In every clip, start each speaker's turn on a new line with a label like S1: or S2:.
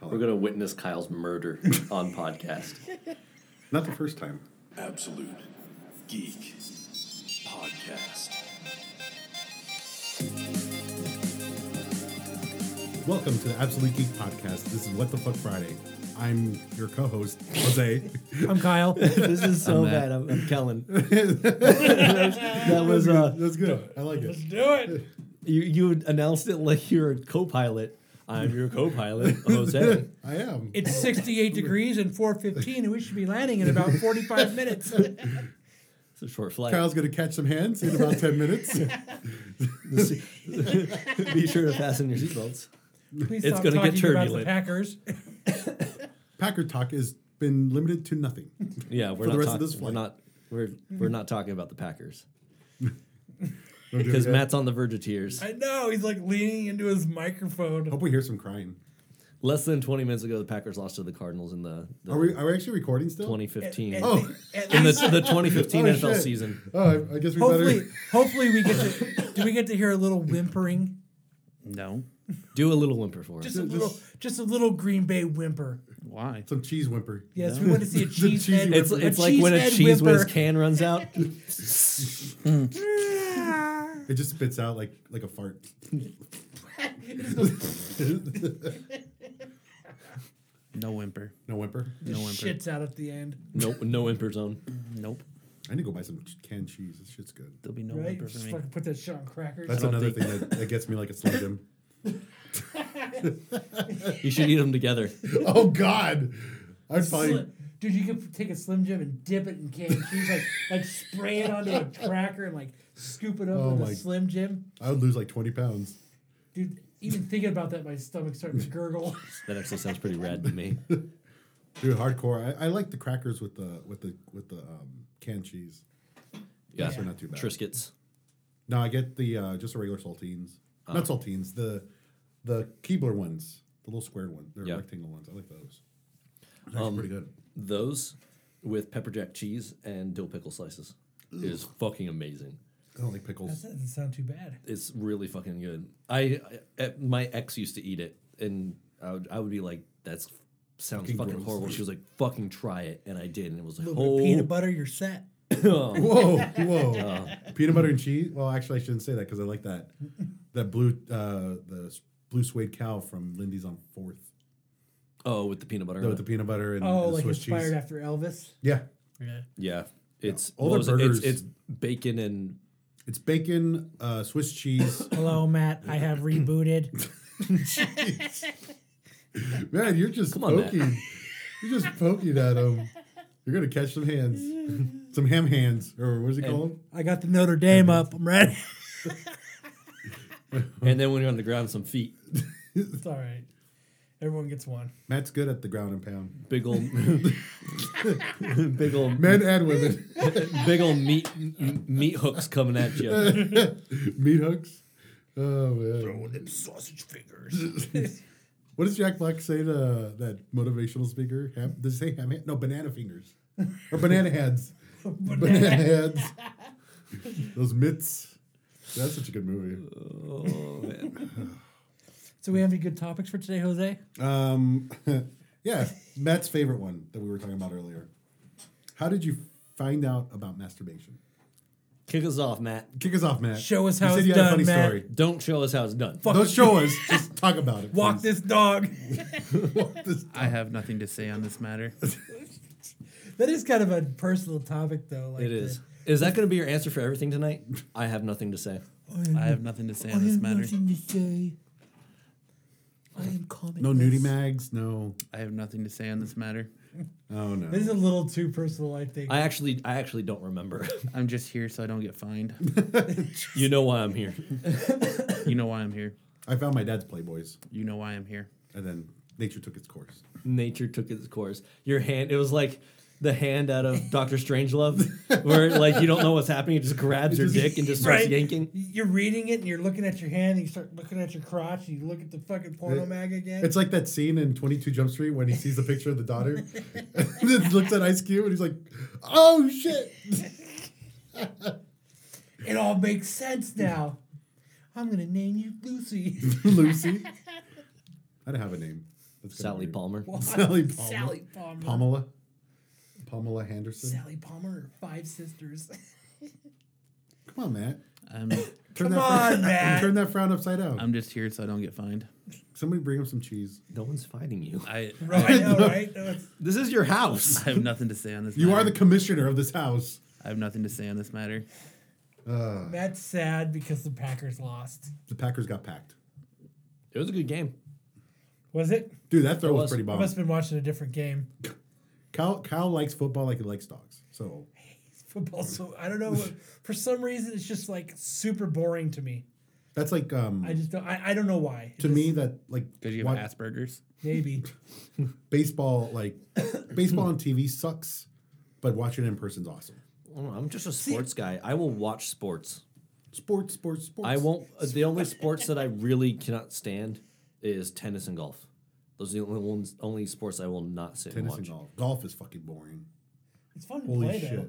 S1: We're going to witness Kyle's murder on podcast.
S2: Not the first time.
S3: Absolute Geek Podcast.
S2: Welcome to the Absolute Geek Podcast. This is What the Fuck Friday. I'm your co-host Jose.
S4: I'm Kyle.
S5: This is so
S4: I'm Matt.
S5: bad. I'm, I'm Kellen. that was uh,
S2: That's good. I like it.
S4: Do it.
S5: you. You announced it like you're a co-pilot. I'm your co-pilot, Jose.
S2: I am.
S4: It's 68 degrees and 4:15, and we should be landing in about 45 minutes.
S5: It's a short flight.
S2: Kyle's gonna catch some hands in about ten minutes.
S5: Be sure to fasten your seatbelts.
S4: Please
S5: It's
S4: stop
S5: gonna get
S4: talking about the
S5: turbulent.
S4: Packers.
S2: Packer talk has been limited to nothing.
S5: Yeah, we're
S2: the
S5: not
S2: rest of
S5: talking.
S2: this
S5: We're
S2: flight.
S5: not. We're we're not talking about the Packers
S2: Don't do it
S5: because
S2: yet.
S5: Matt's on the verge of tears.
S4: I know he's like leaning into his microphone.
S5: Oh,
S2: Hope we hear some crying.
S5: Less than 20 minutes ago, the Packers lost to the Cardinals in the, the
S2: Are we? Are we actually recording still?
S5: 2015
S4: At-
S2: Oh.
S4: at
S5: in the,
S4: least-
S5: the 2015
S2: Oh,
S5: NFL
S2: shit.
S5: season.
S2: Oh, I, I guess we
S4: hopefully,
S2: better.
S4: hopefully we get to. Do we get to hear a little whimpering?
S6: No.
S5: Do a little whimper for us.
S4: Just a little, just a little Green Bay whimper.
S6: Why?
S2: Some cheese whimper.
S4: Yes, we want to see a cheese
S2: cheesy
S4: head.
S5: It's
S4: a
S5: it's like when a
S4: head
S5: cheese whiz
S4: whimper.
S5: can runs out.
S2: It just spits out like like a fart.
S6: No whimper.
S2: No whimper.
S4: Just
S6: No whimper.
S4: shits out at the end.
S5: Nope, no whimper zone.
S6: Nope.
S2: I need to go buy some canned cheese. This shit's good.
S6: There'll be no
S4: right?
S6: whimper for
S4: Just
S6: me.
S4: fucking put that shit on crackers.
S2: That's another thing that, that gets me like a slim jim.
S5: You should eat them together.
S2: Oh God, I'd probably
S4: Slim- Dude, you could take a Slim Jim and dip it in canned cheese, like like spray it onto a cracker and like scoop it up
S2: Oh
S4: with
S2: my-
S4: a Slim Jim.
S2: I would lose like twenty pounds.
S4: Dude, even thinking about that, my stomach's starting to gurgle.
S5: That actually sounds pretty rad to me.
S2: Dude, hardcore. I, I like the crackers with the with the with the um, canned cheese.
S5: Yeah,
S2: Those are not too bad.
S5: Triscuits.
S2: No, I get the uh, just the regular saltines,
S5: Uh-huh.
S2: not saltines. The the Keebler ones, the little square one, they're
S5: Yeah. Um,
S2: rectangle ones. I like those. Those are pretty good.
S5: Those with pepper jack cheese and dill pickle slices is fucking amazing.
S2: I don't like pickles.
S4: that doesn't sound too bad.
S5: It's really fucking good. I, I at- my ex used to eat it, and I would I would be like, "That's sounds fucking,
S2: gross."
S5: horrible." She was like, "Fucking try it," and I did, and it was like,
S4: A little bit of peanut
S5: "Oh,
S4: butter, you're set.
S2: Whoa, whoa!
S5: Uh-huh.
S2: Peanut butter and cheese. Well, actually, I shouldn't say that because I like that that blue uh, the s- blue suede cow from Lindy's on Fourth.
S5: oh, with the peanut butter."
S2: No,
S5: in
S2: with the
S5: it.
S2: peanut butter and,
S4: Oh,
S2: and the
S4: like
S2: Swiss
S4: inspired
S2: cheese.
S4: after Elvis.
S2: yeah,
S4: Yeah.
S5: yeah, it's
S2: All
S5: what
S2: their
S5: was it? It's,
S2: burgers-
S5: it's bacon and
S2: it's bacon, uh, Swiss cheese.
S4: Hello, Matt. I have rebooted.
S2: Man, you're just
S5: on, Matt.
S2: poking. You're just poking at him. You're gonna catch some hands, some ham hands, or what does he call them?
S4: I got the Notre Dame up. I'm ready.
S5: and then when you're on the ground, some feet,
S4: it's all right. Everyone gets one.
S2: Matt's good at the ground and pound.
S5: big old, big old
S2: Men and women,
S5: big old meat m- meat hooks coming at you.
S2: meat hooks. Oh man,
S6: them sausage fingers.
S2: what does Jack Black say to that motivational speaker? Ham, does he say ham? hand? No, banana fingers or banana heads. banana heads. Those mitts. That's such a good movie.
S5: Oh,
S4: So we have any good topics for today, Jose?
S2: Um, yeah, Matt's favorite one that we were talking about earlier. How did you find out about masturbation?
S5: Kick us off, Matt.
S2: Kick us off, Matt.
S4: Show us
S2: You
S4: how
S2: said
S4: it's
S2: you had a
S4: done,
S2: funny
S4: Matt.
S2: story.
S5: Don't show us how it's done.
S2: Don't show us. Just talk about it.
S4: Walk
S2: please.
S4: this dog.
S2: This-
S6: I have nothing to say on this matter.
S4: that is kind of a personal topic, though. Like
S5: It
S4: the-
S5: is. Is that going to be your answer for everything tonight? I have nothing to say.
S6: I have nothing to say on this matter.
S4: to say. I am comment.
S2: No nudie mags. No.
S6: I have nothing to say on this matter.
S2: Oh no.
S4: This is a little too personal, I think.
S5: I actually, I actually don't remember.
S6: I'm just here so I don't get fined.
S5: you know why I'm here.
S6: You know why I'm here.
S2: I found my dad's Playboys,
S6: You know why I'm here.
S2: and then nature took its course.
S5: Nature took its course. Your hand. It was like the hand out of Doctor Strangelove, where like you don't know what's happening. It just grabs your dick and just starts
S4: Right.
S5: yanking.
S4: You're reading it and you're looking at your hand and you start looking at your crotch and you look at the fucking porno mag again.
S2: It's like that scene in Twenty Two Jump Street when he sees the picture of the daughter, and then looks at Ice Cube, and he's like, "Oh shit."
S4: it all makes sense now. I'm gonna name you Lucy.
S2: Lucy. I don't have a name. That's kinda
S5: Sally
S2: weird.
S5: Palmer.
S2: Sally Palmer.
S4: Sally Palmer.
S2: Pamela. Pamela Henderson.
S4: Sally Palmer. Five sisters.
S2: Come on, Matt.
S6: I'm,
S2: Turn
S4: Come
S2: that frown-
S4: on, Matt.
S2: Turn that frown upside down.
S6: I'm just here so I don't get fined.
S2: Somebody bring him some cheese.
S5: No one's fighting you.
S6: I,
S4: right. I know, right? No, it's-
S5: This is your house.
S6: I have nothing to say on this.
S2: You
S6: matter.
S2: are the commissioner of this house.
S6: I have nothing to say on this matter.
S2: Uh,
S4: That's sad because the Packers lost.
S2: the Packers got packed.
S5: It was a good game.
S4: Was it?
S2: Dude, that throw was,
S5: was.
S2: pretty
S4: I
S2: bomb.
S4: must have been watching a different game.
S2: Kyle, Kyle likes football like he likes dogs. So
S4: Football.
S2: Mm.
S4: So I don't know. For some reason, it's just like super boring to me.
S2: that's like um
S4: I just don't. I, I don't know why. It
S2: to
S4: just-
S2: me that like
S6: Because you have
S2: what-
S6: Asperger's.
S4: maybe.
S2: baseball like baseball on TV sucks, but watching it in person's awesome.
S5: I don't know, Oh, I'm just a sports guy. I will watch sports.
S2: Sports, sports, sports.
S5: I won't. uh, The only sports that I really cannot stand is tennis and golf. Those are the only ones, only sports I will not sit
S2: tennis
S5: and
S2: and
S5: watch.
S2: golf. Golf is fucking boring.
S4: It's fun to
S2: Holy
S4: play
S2: shit.
S4: though.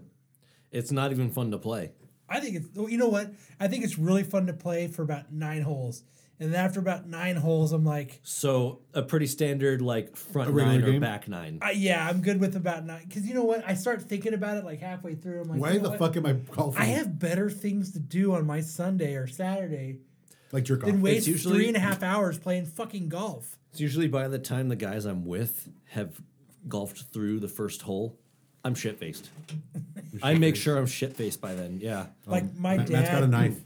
S5: It's not even fun to play.
S4: I think it's well, you know what? I think it's really fun to play for about nine holes. And then after about nine holes, I'm like,
S5: So a pretty standard like front
S2: A regular
S5: nine or
S2: game?
S5: back nine.
S4: I, yeah, I'm good with about nine. Because you know what? I start thinking about it like halfway through. I'm like,
S2: Why
S4: you know
S2: the
S4: what?
S2: fuck am I golfing?
S4: I have better things to do on my Sunday or Saturday
S2: like jerk off.
S4: than waste
S5: usually-
S4: three and a half hours playing fucking golf.
S5: It's usually by the time the guys I'm with have golfed through the first hole, I'm shit faced. I make sure I'm shit faced by then. Yeah.
S4: Like my
S2: Matt,
S4: dad.
S2: Oh, Matt's got a knife.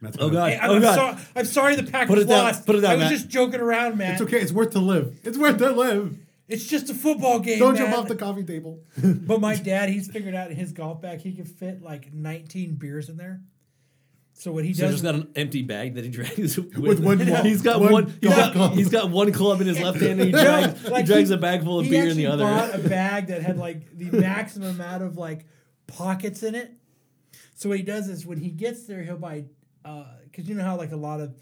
S2: Matt's got
S5: Oh
S2: a-
S5: god.
S4: Hey, I'm,
S5: oh
S4: I'm
S5: god.
S4: so- I'm sorry the Packers
S5: Put it down.
S4: lost.
S5: Put it down,
S4: I was
S5: Matt.
S4: just joking around, man.
S2: It's okay. It's worth to live. It's worth to live.
S4: It's just a football game.
S2: Don't jump
S4: Matt.
S2: off the coffee table.
S4: But my dad, he's figured out in his golf bag he can fit like 19 beers in there. So what he
S5: So
S4: does,
S5: just got an empty bag that he drags with,
S2: With one ball-
S5: He's got
S2: one
S5: one. he's,
S2: golf
S5: got,
S2: club.
S5: he's got one club in his left hand, and he drags,
S4: like,
S5: he drags
S4: he-
S5: a bag full of
S4: he
S5: beer in the other.
S4: actually bought a bag that had like the maximum amount of like pockets in it. So what he does is when he gets there, he'll buy because you know how like a lot of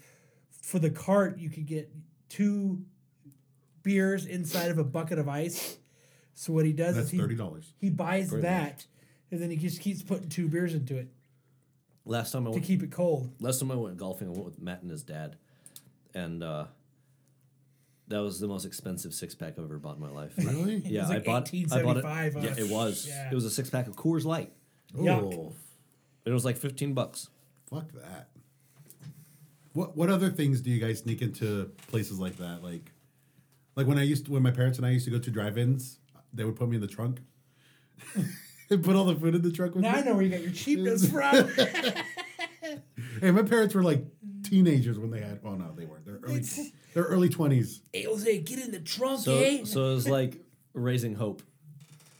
S4: for the cart you could get two beers inside of a bucket of ice. So what he does
S2: That's
S4: is he
S2: thirty dollars.
S4: he buys that, and then he just keeps putting two beers into it
S5: Last time I
S4: to
S5: went,
S4: keep it cold.
S5: last time I went golfing, I went with Matt and his dad, and uh, that was the most expensive six pack I've ever bought in my life.
S2: Really?
S5: Yeah,
S4: was
S5: I
S4: like
S5: bought. I bought it.
S4: $18.75
S5: Yeah,
S4: on-
S5: it was.
S4: Yeah.
S5: It was a six pack of Coors Light.
S4: Yuck.
S2: Oh,
S5: It was like fifteen bucks.
S2: fuck that. What What other things do you guys sneak into places like that? Like, like when I used to, when my parents and I used to go to drive-ins, they would put me in the trunk and put all the food in the trunk with
S4: Now
S2: me.
S4: I know where you got your cheapness from.
S2: Hey, my parents were like teenagers when they had. Oh no, they weren't. They're early. they're early twenties.
S4: hey, Jose, get in the trunk,
S5: So,
S4: eh?
S5: so uh, it was like Raising Hope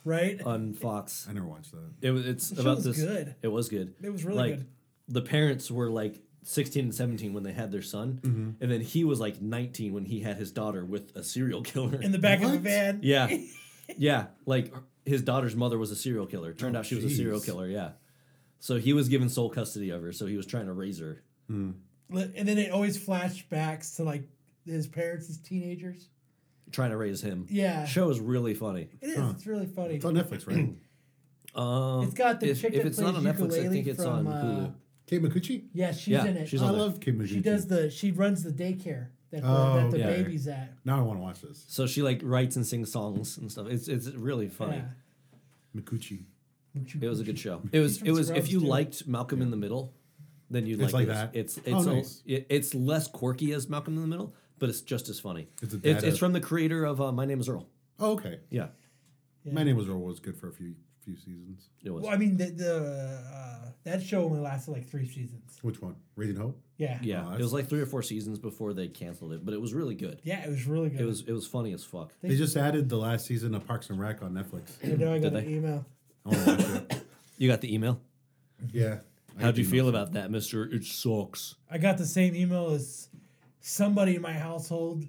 S4: right?
S5: on Fox.
S2: I never watched that.
S5: It was. It's
S4: show
S5: about
S4: was
S5: this.
S4: good.
S5: It was good.
S4: It was really
S5: like,
S4: good.
S5: The parents were like 16 and 17 when they had their son, and then he was like 19 when he had his daughter with a serial killer.
S4: in the back of the
S2: What?
S4: van.
S5: yeah, yeah. Like his daughter's mother was a serial killer. Turned out she was a serial
S2: jeez.
S5: killer. Yeah. So he was given sole custody of her. So he was trying to raise her.
S4: Li- And then it always flashbacks to like his parents as teenagers.
S5: Trying to raise him.
S4: Yeah.
S5: Show is really funny.
S4: It is. It's really funny.
S2: It's on Netflix, right?
S5: Um,
S4: It's got the
S5: if,
S4: chick
S5: if
S4: that
S5: it's not on
S4: plays
S5: Netflix, I
S4: ukulele
S5: think it's
S4: from,
S5: on
S4: uh,
S5: Hulu.
S2: Kate Micucci.
S4: Yeah, she's
S5: Yeah,
S4: in it.
S5: she's
S2: I
S5: on there.
S2: love Kate Micucci.
S4: she does the. She runs the daycare that the,
S2: Oh,
S4: that the
S5: okay.
S4: baby's at.
S2: Now I want to watch this.
S5: So she like writes and sings songs and stuff. It's it's really funny.
S4: Yeah.
S2: Micucci.
S5: It was a good show. It was
S4: from
S5: it was if
S4: Scrubs,
S5: you
S4: too.
S5: liked Malcolm in the Middle, then you
S2: It's
S5: like,
S2: like
S5: this.
S2: that.
S5: It's it's
S2: Oh,
S5: a-
S2: nice.
S5: it- it's less quirky as Malcolm in the Middle, but it's just as funny.
S2: It's a
S5: it's,
S2: data-
S5: it's from the creator of uh, My Name Is Earl.
S2: Oh, okay.
S5: Yeah,
S2: My name was Earl was good for a few few seasons.
S5: it was.
S4: Well, I mean, the, the uh, that show only lasted like three seasons.
S2: Which one? Raising Hope.
S4: Yeah.
S5: yeah,
S2: Oh,
S5: it was like three or four seasons before they canceled it, but it was really good.
S4: Yeah, it was really good.
S5: It was it was funny as fuck.
S2: They just added the last season of Parks and Rec on Netflix.
S4: I know I got
S5: Did
S4: an
S5: they?
S4: email.
S2: I want to watch it.
S5: You got the email.
S2: Yeah. I
S5: How'd you
S2: do
S5: feel
S2: know.
S5: about that, Mister? It sucks.
S4: I got the same email as somebody in my household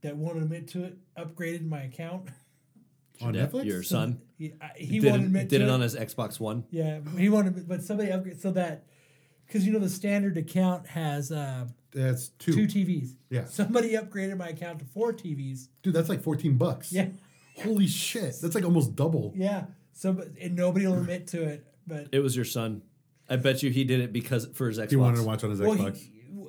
S4: that won't admit to it upgraded my account.
S2: on
S5: Yeah,
S2: Netflix?
S5: Your son
S4: He, I, he
S5: did
S4: won't
S5: it,
S4: admit
S5: did
S4: to
S5: it on his Xbox One.
S4: yeah, he won't admit, but somebody upgraded so that because you know the standard account has uh,
S2: That's two.
S4: two TVs.
S2: Yeah.
S4: somebody upgraded my account to four TVs.
S2: Dude, that's like fourteen bucks.
S4: Yeah,
S2: Holy shit, that's like almost double.
S4: yeah. So but- and nobody will admit to it, but
S5: It was your son. I bet you he did it because for his Xbox.
S2: He wanted to watch on his
S4: well,
S2: Xbox.
S4: he,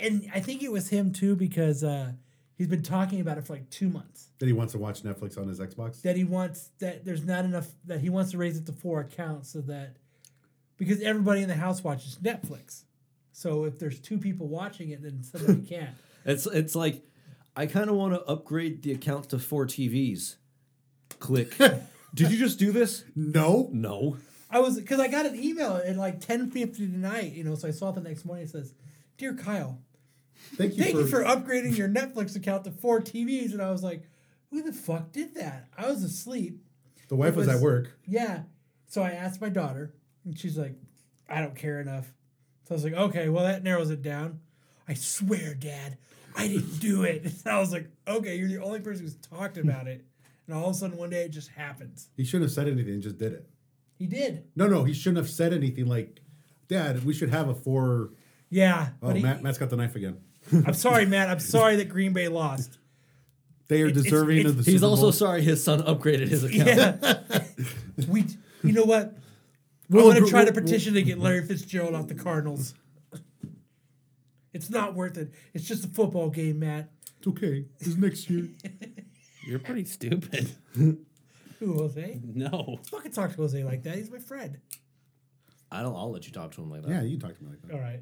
S4: and I think it was him too because uh, He's been talking about it for like two months.
S2: That he wants to watch Netflix on his Xbox.
S4: That he wants that there's not enough that he wants to raise it to four accounts so that because everybody in the house watches Netflix. So if there's two people watching it, then somebody can't.
S5: It's it's like I kind of want to upgrade the account to four TVs. Click. Did you just do this?
S2: no.
S5: No.
S4: I was because I got an email at like ten fifty tonight, you know. So I saw it the next morning. It says, "Dear Kyle,
S2: Thank you,
S4: thank
S2: for,
S4: you for upgrading your Netflix account to four TVs." And I was like, "Who the fuck did that?" I was asleep.
S2: the wife was,
S4: was-
S2: at work.
S4: Yeah. So I asked my daughter, and she's like, "I don't care enough." So I was like, "Okay, well that narrows it down." I swear, Dad, I didn't do it. And I was like, "Okay, you're the only person who's talked about it." And all of a sudden, one day, it just happens.
S2: He shouldn't have said anything. Just did it.
S4: He did.
S2: No, no. He shouldn't have said anything. Like, Dad, we should have a four.
S4: Yeah.
S2: Oh,
S4: he,
S2: Matt, Matt's got the knife again.
S4: I'm sorry, Matt. I'm sorry that Green Bay lost.
S2: They are
S4: It's- it's-
S2: deserving
S4: it's-
S2: of the.
S5: He's
S2: Super
S5: also
S2: Bowl.
S5: sorry his son upgraded his account.
S4: Yeah. we, you know what?
S2: We'll
S4: I'm going
S2: agree-
S4: to try to
S2: we'll-
S4: petition to get Larry Fitzgerald off the Cardinals. It's not worth it. It's just a football game, Matt.
S2: It's okay. It's next year.
S6: You're pretty stupid.
S4: Who, Jose?
S6: No.
S4: Fucking talk to Jose like that. He's my friend.
S1: I don't. I'll let you talk to him like that.
S2: yeah, you can talk to me like that.
S4: All right.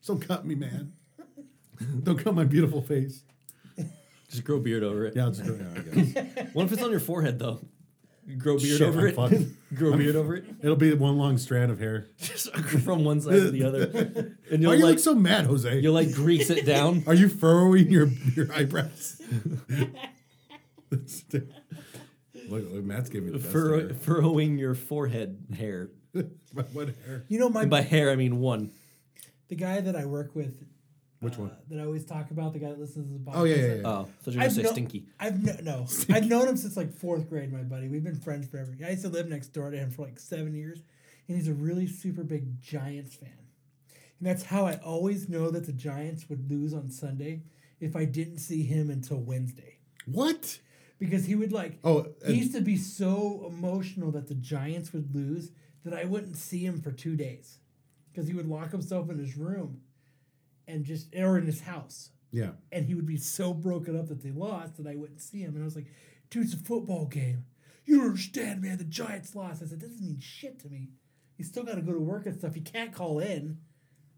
S2: So cut me, man. Don't cut my beautiful face.
S5: Just grow beard over it.
S2: Yeah, I'll just go. Yeah, I guess.
S5: What if it's on your forehead though? Grow beard
S2: Shit,
S5: over
S2: I'm
S5: it.
S2: fucked.
S5: grow beard over it.
S2: It'll be one long strand of hair.
S5: Just from one side to the other. And
S2: Why
S5: you'll
S2: you
S5: like
S2: look so mad, Jose?
S5: you'll like grease it down.
S2: Are you furrowing your, your eyebrows? look, look, Matt's giving me the best
S5: Furrow,
S2: hair.
S5: uh, furrowing your forehead hair.
S2: But what hair?
S4: You know, my
S5: And by hair I mean one.
S4: the guy that I work with.
S2: Which
S4: uh,
S2: one?
S4: that I always talk about, the guy that listens to the podcast.
S2: Oh yeah, yeah, yeah.
S5: Oh, so you're gonna
S4: I've,
S5: say
S4: kno-
S5: stinky.
S4: I've kno- no, I've known him since like fourth grade, my buddy. We've been friends forever. I used to live next door to him for like seven years, and he's a really super big Giants fan. And that's how I always know that the Giants would lose on Sunday if I didn't see him until Wednesday.
S2: What?
S4: Because he would like,
S2: Oh,
S4: he
S2: and-
S4: used to be so emotional that the Giants would lose that I wouldn't see him for two days. Because he would lock himself in his room and just, or in his house
S2: Yeah.
S4: and he would be so broken up that they lost that I wouldn't see him. And I was like, dude, it's a football game. You don't understand, man. The Giants lost. I said, that doesn't mean shit to me. He's still got to go to work and stuff. He can't call in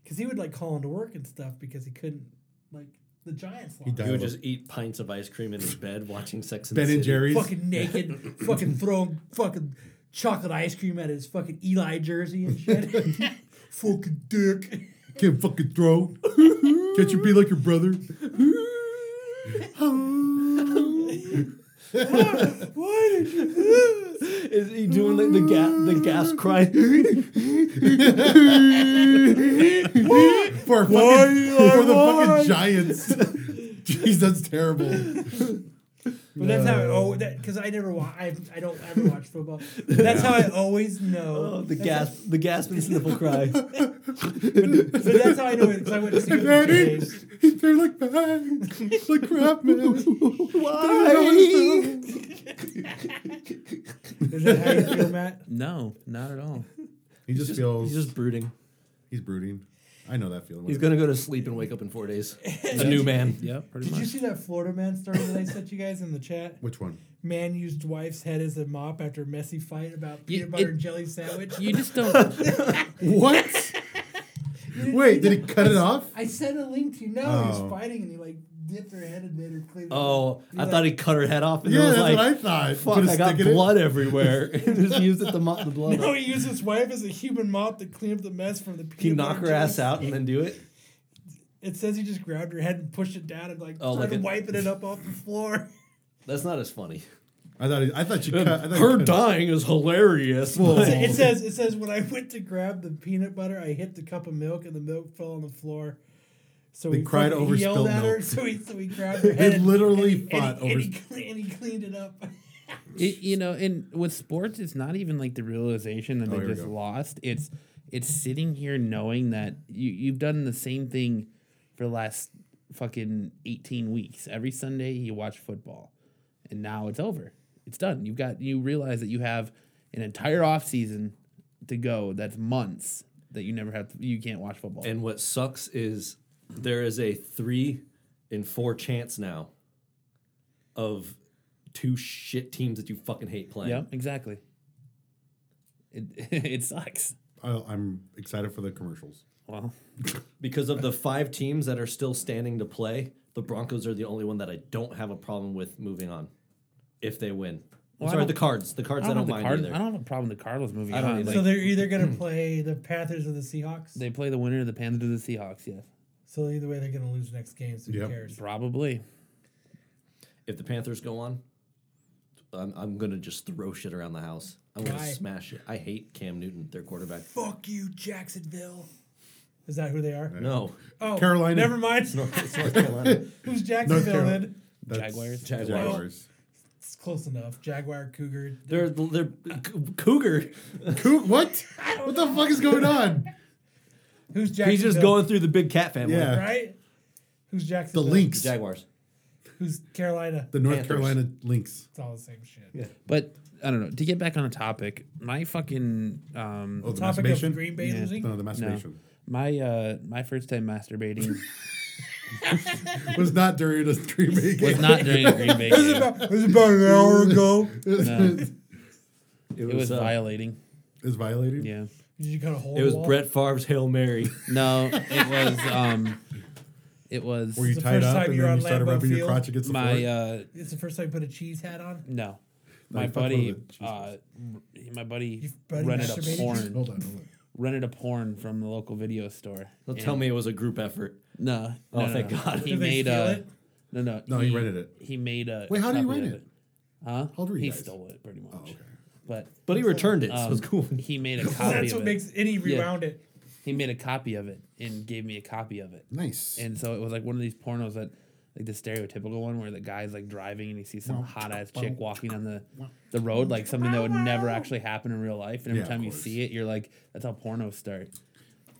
S4: because he would like call into work and stuff because he couldn't, like, the Giants lost.
S2: died.
S5: He would just eat pints of ice cream in his bed watching Sex and the
S2: Ben and
S5: City.
S2: Jerry's.
S4: Fucking naked, fucking throwing fucking chocolate ice cream at his fucking Eli jersey and shit. fucking dick.
S2: Can't fucking throw. Can't you be like your brother?
S4: Why did you lose?
S5: Is he doing like the gas
S2: Mm.
S5: the gas cry?
S2: for our fucking, for the fucking Giants. Jeez, that's terrible.
S4: But that's how I oh that because I never watch I, I don't ever watch football. But that's how I always know
S5: Oh, the gas the gasp and sniffle cry.
S4: So that's how I know it because I went to see him in two
S2: Daddy,
S4: days.
S2: they're like bags, like crap, man.
S5: Why?
S4: Is that how you feel, Matt?
S6: No, not at all.
S2: He just feels
S5: He's just brooding.
S2: he's brooding. I know that feeling.
S5: He's gonna go to sleep and wake up in four days. A new man.
S6: Yep, pretty
S4: Did
S6: much.
S4: you see that Florida man story that I sent you guys in the chat?
S2: Which one?
S4: Man used wife's head as a mop after a messy fight about
S6: You-
S4: peanut butter
S6: it-
S4: and jelly sandwich.
S6: You just don't.
S2: What? Wait, did he cut it off?
S4: I sent a link to you. No, he
S2: Oh.
S4: was fighting and he like dipped her head and made her clean. it up.
S5: Oh,
S4: He's
S5: I
S4: like,
S5: thought he cut her head off and
S2: Yeah,
S5: it was
S2: that's
S5: like
S2: what I thought.
S5: fuck,
S2: Put a
S5: I got
S2: stick in it.
S5: blood everywhere. and just used it to mop the blood.
S4: No,
S5: up.
S4: he used his wife as a human mop to clean up the mess from the peanut
S5: Can you knock
S4: butter
S5: her
S4: and jelly
S5: ass out and then do it?
S4: It says he just grabbed her head and pushed it down and like
S5: Oh,
S4: started
S5: like a-
S4: wiping it up off the floor.
S5: That's not as funny.
S2: I thought. He, I thought you cut. I thought you
S5: Her
S2: cut it.
S5: dying is hilarious.
S4: It
S5: but-
S4: sa- It says it says when I went to grab the peanut butter, I hit the cup of milk and the milk fell on the floor. So
S2: They
S4: he
S2: cried
S4: fucking-
S2: over
S4: he yelled
S2: spilled
S4: at her.
S2: milk.
S4: So he so he grabbed her
S2: They
S4: head. and-
S2: literally
S4: and he,
S2: fought
S4: and he,
S2: over-
S4: and he, cle- and he cleaned it up.
S6: It, you know, and with sports, it's not even like the realization that
S2: Oh, here
S6: they
S2: we
S6: just
S2: go.
S6: lost. It's it's sitting here knowing that you you've done the same thing for the last fucking eighteen weeks. Every Sunday you watch football, and now it's over. It's done. You've got you realize that you have an entire off season to go. That's months that you never have. To, you can't watch football.
S5: And what sucks is there is a three in four chance now of two shit teams that you fucking hate playing.
S6: Yep, exactly. It, it sucks.
S2: I, I'm excited for the commercials.
S6: Well,
S5: Because of the five teams that are still standing to play, the Broncos are the only one that I don't have a problem with moving on if they win.
S6: Well, I
S5: I'm sorry,
S6: don't-
S5: the cards. The
S6: I
S5: cards I
S6: don't,
S5: don't,
S6: have the
S5: mind
S6: Card-
S5: either.
S6: I don't have a problem with the Cardinals moving
S5: I don't
S6: on.
S5: either.
S6: Like,
S4: so they're either going to play the Panthers or the Seahawks.
S6: they play the winner of the Panthers or the Seahawks. Yes,
S4: so either way, they're going to lose next game. So who
S2: Yep.
S4: cares?
S6: probably.
S5: if the Panthers go on, I'm, I'm gonna just throw shit around the house. I'm gonna
S4: Why?
S5: smash it. I hate Cam Newton, their quarterback.
S4: Fuck you, Jacksonville. Is that who they are?
S5: No,
S4: Oh,
S2: Uh, Carolina.
S4: Never mind.
S5: it's North Carolina.
S4: Who's Jacksonville
S2: Carolina.
S4: then?
S2: That's
S6: Jaguars.
S5: Jaguars.
S2: Jaguars.
S4: It's close enough. Jaguar, Cougar.
S5: They're they're Cougar.
S2: Coo- what? What the fuck is going on?
S4: Who's Jacksonville?
S5: He's just going through the big cat family.
S2: Yeah.
S4: right. Who's
S2: The
S4: Jacksonville?
S2: Lynx.
S5: Jaguars.
S4: Who's Carolina?
S2: The North
S5: Panthers.
S2: Carolina Lynx.
S4: It's all the same shit.
S6: But I don't know. To get back on a topic, my fucking um,
S2: Oh, the
S4: Topic
S2: masturbation?
S4: of Green Bay
S6: Yeah.
S4: losing.
S2: No, the masturbation.
S6: my uh, my first time masturbating
S2: was not during a Green Bay game.
S6: was not during a Green Bay game.
S4: It was about an hour ago.
S2: Is
S6: It was
S5: uh,
S6: violating.
S2: violated?
S6: Yeah.
S4: Did you cut a hole?
S5: It was
S4: in the wall?
S5: Brett Favre's Hail Mary.
S6: No, it was um, it was
S2: Were you
S4: the
S2: tied
S4: first
S2: up
S4: time
S2: and
S4: you were
S2: then
S4: on
S2: you started
S4: Lambeau
S2: rubbing your
S4: Field?
S2: crotch against the
S6: my
S2: floor?
S6: uh,
S4: It's the first time you put a cheese hat on.
S6: no, my
S2: you fucked one of
S6: buddy,
S2: the cheese
S6: uh, r- my buddy,
S4: buddy
S6: rented a
S4: masturbated?
S6: porn,
S2: hold on, hold on.
S6: rented a porn from the local video store.
S5: Don't
S6: And-
S5: tell me it was a group effort.
S6: No.
S5: Oh,
S6: no, no,
S5: thank
S6: no.
S5: God.
S6: He
S4: Did they
S6: made
S4: steal
S6: a.
S4: it?
S6: No, no.
S2: No, he rented it.
S6: He made a.
S2: Wait, how did he
S6: copy
S2: rent
S6: of
S2: it?
S6: Huh?
S2: old were you
S6: He
S2: guys? Oh,
S6: stole it pretty much. But um,
S5: But he returned it, so it's um, cool.
S6: he made a copy
S4: That's
S6: of
S4: what
S6: it.
S4: makes any rewound it.
S6: he made a copy of it and gave me a copy of it.
S2: Nice.
S6: And so it was like one of these pornos that, like the stereotypical one where the guy's like driving and he sees some hot ass chick walking on the, the road, like something that would never actually happen in real life. And every
S2: Yeah, of
S6: time you
S2: course.
S6: see it, you're like, that's how pornos start.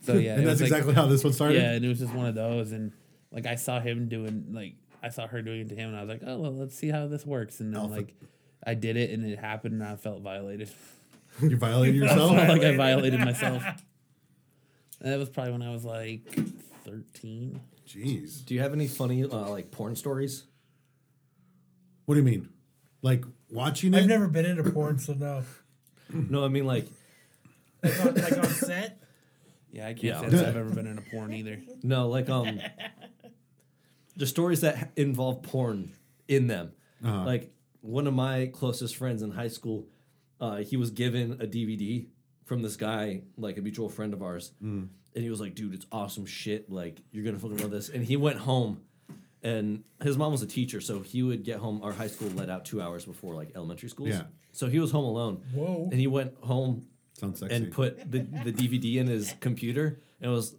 S6: So oh, yeah, it
S2: and that's
S6: was, like,
S2: exactly how this one started.
S6: Yeah, and it was just one of those, and like I saw him doing, like I saw her doing it to him, and I was like, oh well, let's see how this works, and then
S2: Alpha.
S6: like I did it, and it happened, and I felt violated,
S2: You violated
S6: I
S2: yourself.
S6: felt like I violated myself. And that was probably when I was like thirteen.
S2: Jeez.
S5: Do you have any funny uh, like porn stories?
S2: What do you mean? Like watching it?
S4: I've never been into porn, so no.
S5: No, I mean like
S4: Like on, like on set,
S6: Yeah, I can't
S5: Yeah.
S6: say that I've ever been in a porn either.
S5: no, like um, just stories that ha- involve porn in them. Like one of my closest friends in high school, uh, he was given a DVD from this guy, like a mutual friend of ours, and he was like, "Dude, it's awesome shit. Like you're gonna fucking love this." And he went home. And his mom was a teacher, so he would get home. Our high school let out two hours before like elementary schools.
S2: Yeah.
S5: So he was home alone.
S4: Whoa.
S5: And he went home
S2: Sounds sexy.
S5: and put the, the DVD in his computer. And it was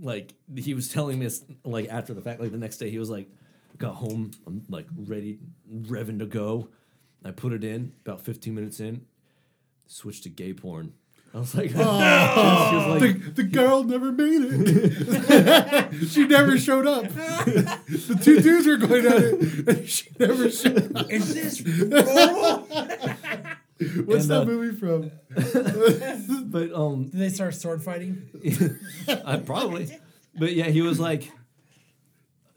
S5: like, he was telling me this, like, after the fact, like, the next day, he was like, got home, I'm like ready, revving to go. I put it in, about 15 minutes in, switched to gay porn. I was like,
S2: Oh.
S5: she was
S2: the,
S5: like
S2: the girl never made it. she never showed up. the two dudes were going at it, and she never showed up.
S4: is this normal?
S2: What's
S5: And,
S2: that
S5: uh,
S2: movie from?
S5: but um,
S4: Did they start sword fighting?
S5: I probably, but yeah, he was like,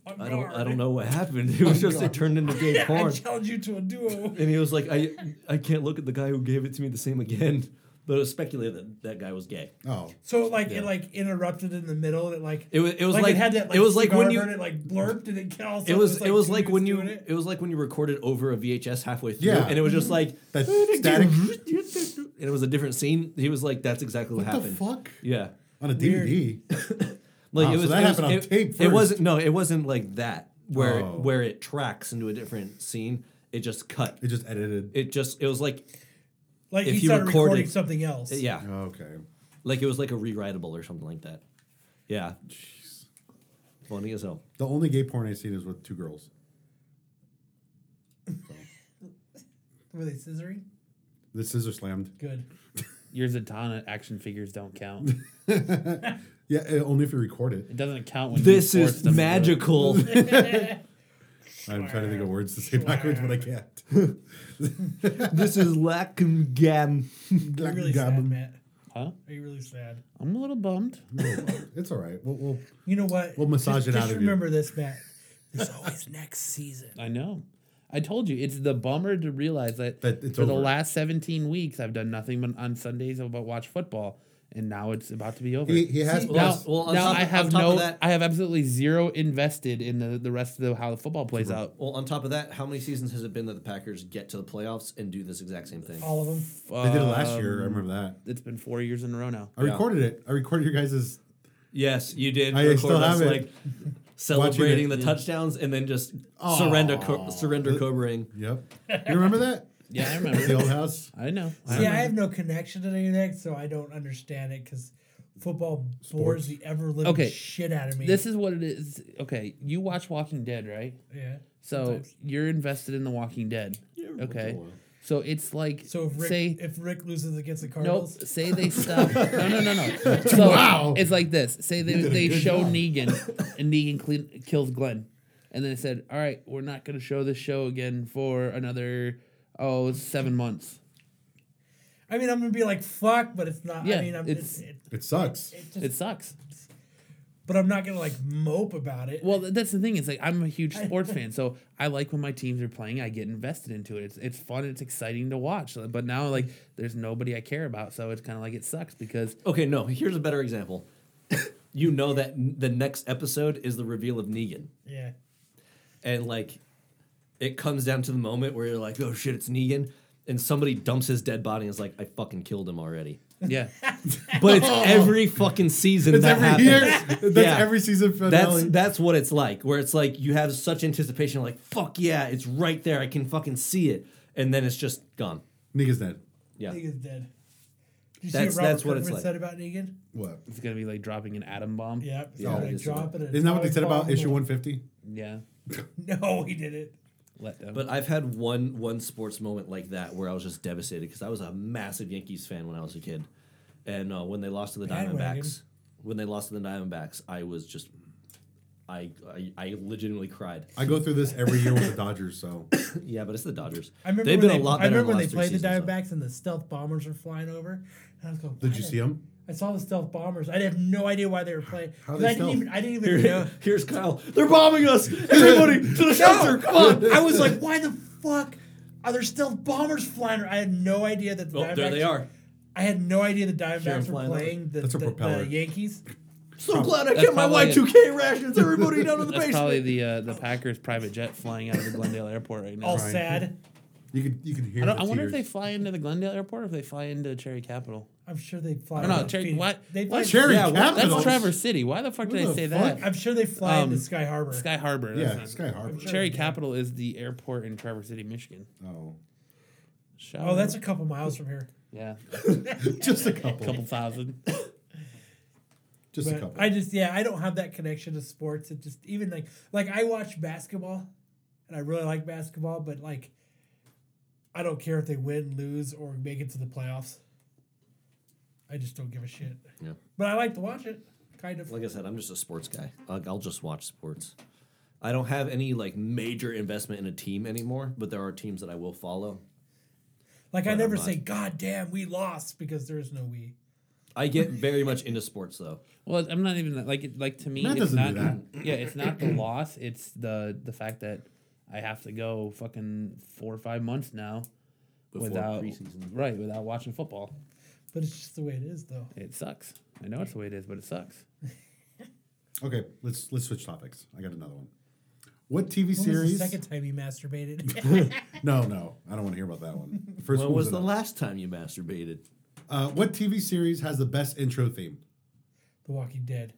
S5: I don't, I don't know what happened. It was just it turned into gay
S4: I
S5: porn.
S4: challenge you to a duo.
S5: And he was like, I I can't look at the guy who gave it to me the same again. But it was speculated that that guy was gay.
S2: Oh,
S4: So like it like interrupted in the middle. And it like
S5: It was it was like,
S4: it had that like
S5: it was like when
S4: cigar
S5: you
S4: burn, it like blurped and it all.
S5: it was it was
S4: two
S5: like
S4: dudes
S5: when you
S4: doing
S5: it.
S4: it.
S5: was like when you recorded over a VHS halfway through
S2: Yeah.
S5: and it was just like
S2: that static.
S5: and it was a different scene. He was like, that's exactly what,
S2: What the
S5: happened.
S2: fuck?
S5: Yeah.
S2: On a DVD.
S5: Like
S2: Wow,
S5: it
S2: so
S5: was
S2: that
S5: it
S2: happened on
S5: was, it,
S2: tape
S5: it
S2: first.
S5: wasn't no, it wasn't like that where
S2: Oh.
S5: where it tracks into a different scene. It just cut.
S2: It just edited.
S5: It just it was like
S4: like
S5: if
S4: he
S5: you
S4: started
S5: recorded-
S4: recording something else.
S5: yeah.
S2: Oh, okay.
S5: Like it was like a rewritable or something like that. Yeah. Funny as hell.
S2: The only gay porn I've seen is with two girls.
S4: Were they scissoring?
S2: The scissor slammed.
S4: Good.
S6: Your Zatanna action figures don't count.
S2: Yeah, eh, only if you record it.
S6: It doesn't count when
S5: This
S6: you force
S5: is
S6: them to do it.
S5: magical.
S2: I'm trying to think of words to say backwards, but I can't.
S5: this is Lackamgam.
S4: You're really sad, Matt.
S6: Huh?
S4: Are you really sad?
S6: I'm a little bummed.
S2: It's all right. We'll, we'll
S4: You know what?
S2: We'll massage
S4: just,
S2: it
S4: just
S2: out of you.
S4: remember this, Matt. There's always next season.
S6: I know. I told you it's the bummer to realize that,
S2: That it's
S6: for the
S2: over.
S6: last 17 weeks I've done nothing but on Sundays but watch football, and now it's about to be over.
S2: He, he has
S4: See,
S6: now,
S5: Well, well, on
S6: now
S5: top
S6: I
S5: of-
S6: have
S5: on top of
S6: no,
S5: that-
S6: I have absolutely zero invested in the, the rest of the, how the football plays out.
S5: Well, on top of that, how many seasons has it been that the Packers get to the playoffs and do this exact same thing?
S4: All of them.
S2: they did it last year. I
S6: um,
S2: remember that.
S6: It's been four years in a row now.
S2: I recorded it. I recorded your guys'
S5: Yes, you did.
S2: I
S5: record
S2: still
S5: us,
S2: have it.
S5: like celebrating
S2: it.
S5: the touchdowns and then just surrender co- surrender covering.
S2: Yep. You remember that?
S6: Yeah, I
S2: The
S6: remember.
S2: old house?
S6: I know. I
S4: See, I
S6: remember.
S4: have no connection to any of that, so I don't understand it because football
S2: Sports.
S4: bores the ever living
S6: Okay.
S4: shit out of me.
S6: This is what it is. Okay, you watch Walking Dead, right?
S4: yeah.
S6: So
S4: Sometimes.
S6: you're invested in The Walking Dead. okay. So it's like
S4: So if Rick,
S6: say
S4: if Rick loses against the
S6: Nope.
S4: Cardinals,
S6: Say they stop. No, no, no, no. So
S2: Wow.
S6: It's like this. Say they,
S2: did a
S6: they
S2: good
S6: show
S2: job.
S6: Negan, and Negan clean, kills Glenn, and then they said, "All right, we're not going to show this show again for another oh seven months."
S4: I mean, I'm gonna be like fuck, but it's not.
S6: Yeah,
S4: I mean, I'm, it's,
S6: it's-
S4: it,
S2: It sucks.
S4: it just,
S6: It sucks.
S4: but I'm not gonna like mope about it.
S6: Well, th- that's the thing. It's like I'm a huge sports fan, so I like when my teams are playing. I get invested into it. It's it's fun. It's exciting to watch. So- But now, like, there's nobody I care about, so it's kind of like it sucks because
S5: Okay, no. Here's a better example. you know that n- the next episode is the reveal of Negan,
S4: yeah.
S5: and like it comes down to the moment where you're like, oh shit, it's Negan, and somebody dumps his dead body and is like, I fucking killed him already.
S6: yeah,
S5: But it's every fucking season
S2: It's
S5: that
S2: every
S5: happens.
S2: year. That's
S5: Yeah.
S2: every season finale.
S5: That's that's what it's like. Where it's like you have such anticipation, like fuck yeah, it's right there. I can fucking see it, and then it's just gone.
S2: Nigga's dead.
S5: Yeah,
S4: Negan's dead. Did you
S5: That's-
S4: see what Robert
S5: that's what it's
S4: Kirkman
S5: like.
S4: said about Negan?
S2: What?
S6: it's gonna be like dropping an atom bomb.
S4: Yeah, it's
S5: Yeah,
S4: not
S5: I
S4: like
S5: did see that.
S4: drop it. and
S2: Isn't that what they
S4: it's
S2: said
S4: probably
S2: about
S4: falling
S2: issue
S4: over.
S2: 150?
S6: yeah.
S4: No, he did it.
S6: Let down.
S5: but I've had one one sports moment like that where I was just devastated because I was a massive Yankees fan when I was a kid, and uh, when they lost to the
S4: Bandwagon.
S5: Diamondbacks, when they lost to the Diamondbacks, I was just, I I, I legitimately cried.
S2: I go through this every year with the Dodgers, so
S5: Yeah, but it's the Dodgers.
S4: I remember
S5: They've
S4: when
S5: been
S4: they,
S5: a lot
S4: I
S5: better.
S4: remember
S5: in
S4: when they
S5: the last
S4: played
S5: three
S4: the
S5: seasons, though.
S4: Diamondbacks and the stealth bombers were flying over. And I was going,
S2: did
S4: "Why
S2: you
S4: the-
S2: see them?
S4: I saw the stealth bombers. I have no idea why they were playing.
S2: How are
S4: 'Cause
S2: they
S4: I didn't
S2: stealth?
S4: even. I didn't even know.
S5: Here's Kyle. They're bombing us. Everybody to the shelter. Come on.
S4: I was like, why the fuck are there stealth bombers flying? around?" I had no idea that the
S5: Oh, there they
S4: Diamondbacks-
S5: are.
S4: I had no idea the
S5: Sure,
S4: Diamondbacks were
S5: flying over.
S4: playing the,
S2: That's a
S4: the,
S2: propeller.
S4: the Yankees.
S5: So glad I
S6: That's
S5: kept my
S6: probably
S5: Y two K rations. Everybody down in the
S6: That's
S5: basement.
S6: probably the uh, the Packers private jet flying out of the Glendale Airport right now.
S4: All
S2: Right.
S4: sad.
S2: You could you could hear.
S6: I, don't,
S2: the
S6: I wonder if they
S2: tears.
S6: fly into the Glendale Airport or if they fly into Cherry Capital.
S4: I'm sure they fly.
S6: No, no,
S4: over
S6: Cherry-
S4: Phoenix.
S6: what-
S4: They
S6: what
S4: fly-
S2: Cherry
S5: Yeah, well, that's
S2: Capital.
S6: That's Traverse City. Why the fuck
S2: Who
S6: did I
S2: the
S6: say
S2: fuck?
S6: that?
S4: I'm sure they fly
S6: Um,
S4: into Sky Harbor.
S6: Sky Harbor. that's
S2: Yeah,
S6: not-
S2: Sky Harbor.
S6: Cherry Capital is the airport in Traverse City, Michigan.
S2: Oh,
S6: Shout
S4: Oh, that's a
S6: out.
S4: couple miles from here.
S6: yeah,
S2: just a couple.
S6: couple thousand.
S2: Just a
S4: But
S2: couple.
S4: I just yeah, I don't have that connection to sports. It just even like like I watch basketball, and I really like basketball, but like I don't care if they win, lose, or make it to the playoffs. I just don't give a shit.
S5: Yeah.
S4: But I like to watch it, kind of.
S5: like I said, I'm just a sports guy. Like, I'll just watch sports. I don't have any like major investment in a team anymore, but there are teams that I will follow.
S4: Like I
S5: but
S4: never
S5: I'm
S4: say, "God damn, we lost," because there is no we.
S5: I get very much into sports though.
S6: Well, I'm not even like it- like to me.
S2: Matt
S6: it's
S2: doesn't do
S6: not, Yeah, it's not the loss. It's the the fact that I have to go fucking four or five months now
S5: Before
S6: without
S5: preseason.
S6: right without watching football.
S4: But it's just the way it is, though.
S6: It sucks. I know it's the way it is, but it sucks.
S2: Okay, let's let's switch topics. I got another one. What TV
S4: When was the
S2: series?
S4: second time you masturbated?
S2: No, no, I don't want to hear about that one. The first
S5: When
S2: one
S5: was the
S2: enough.
S5: last time you masturbated?
S2: Uh, what TV series has the best intro theme?
S4: the Walking Dead.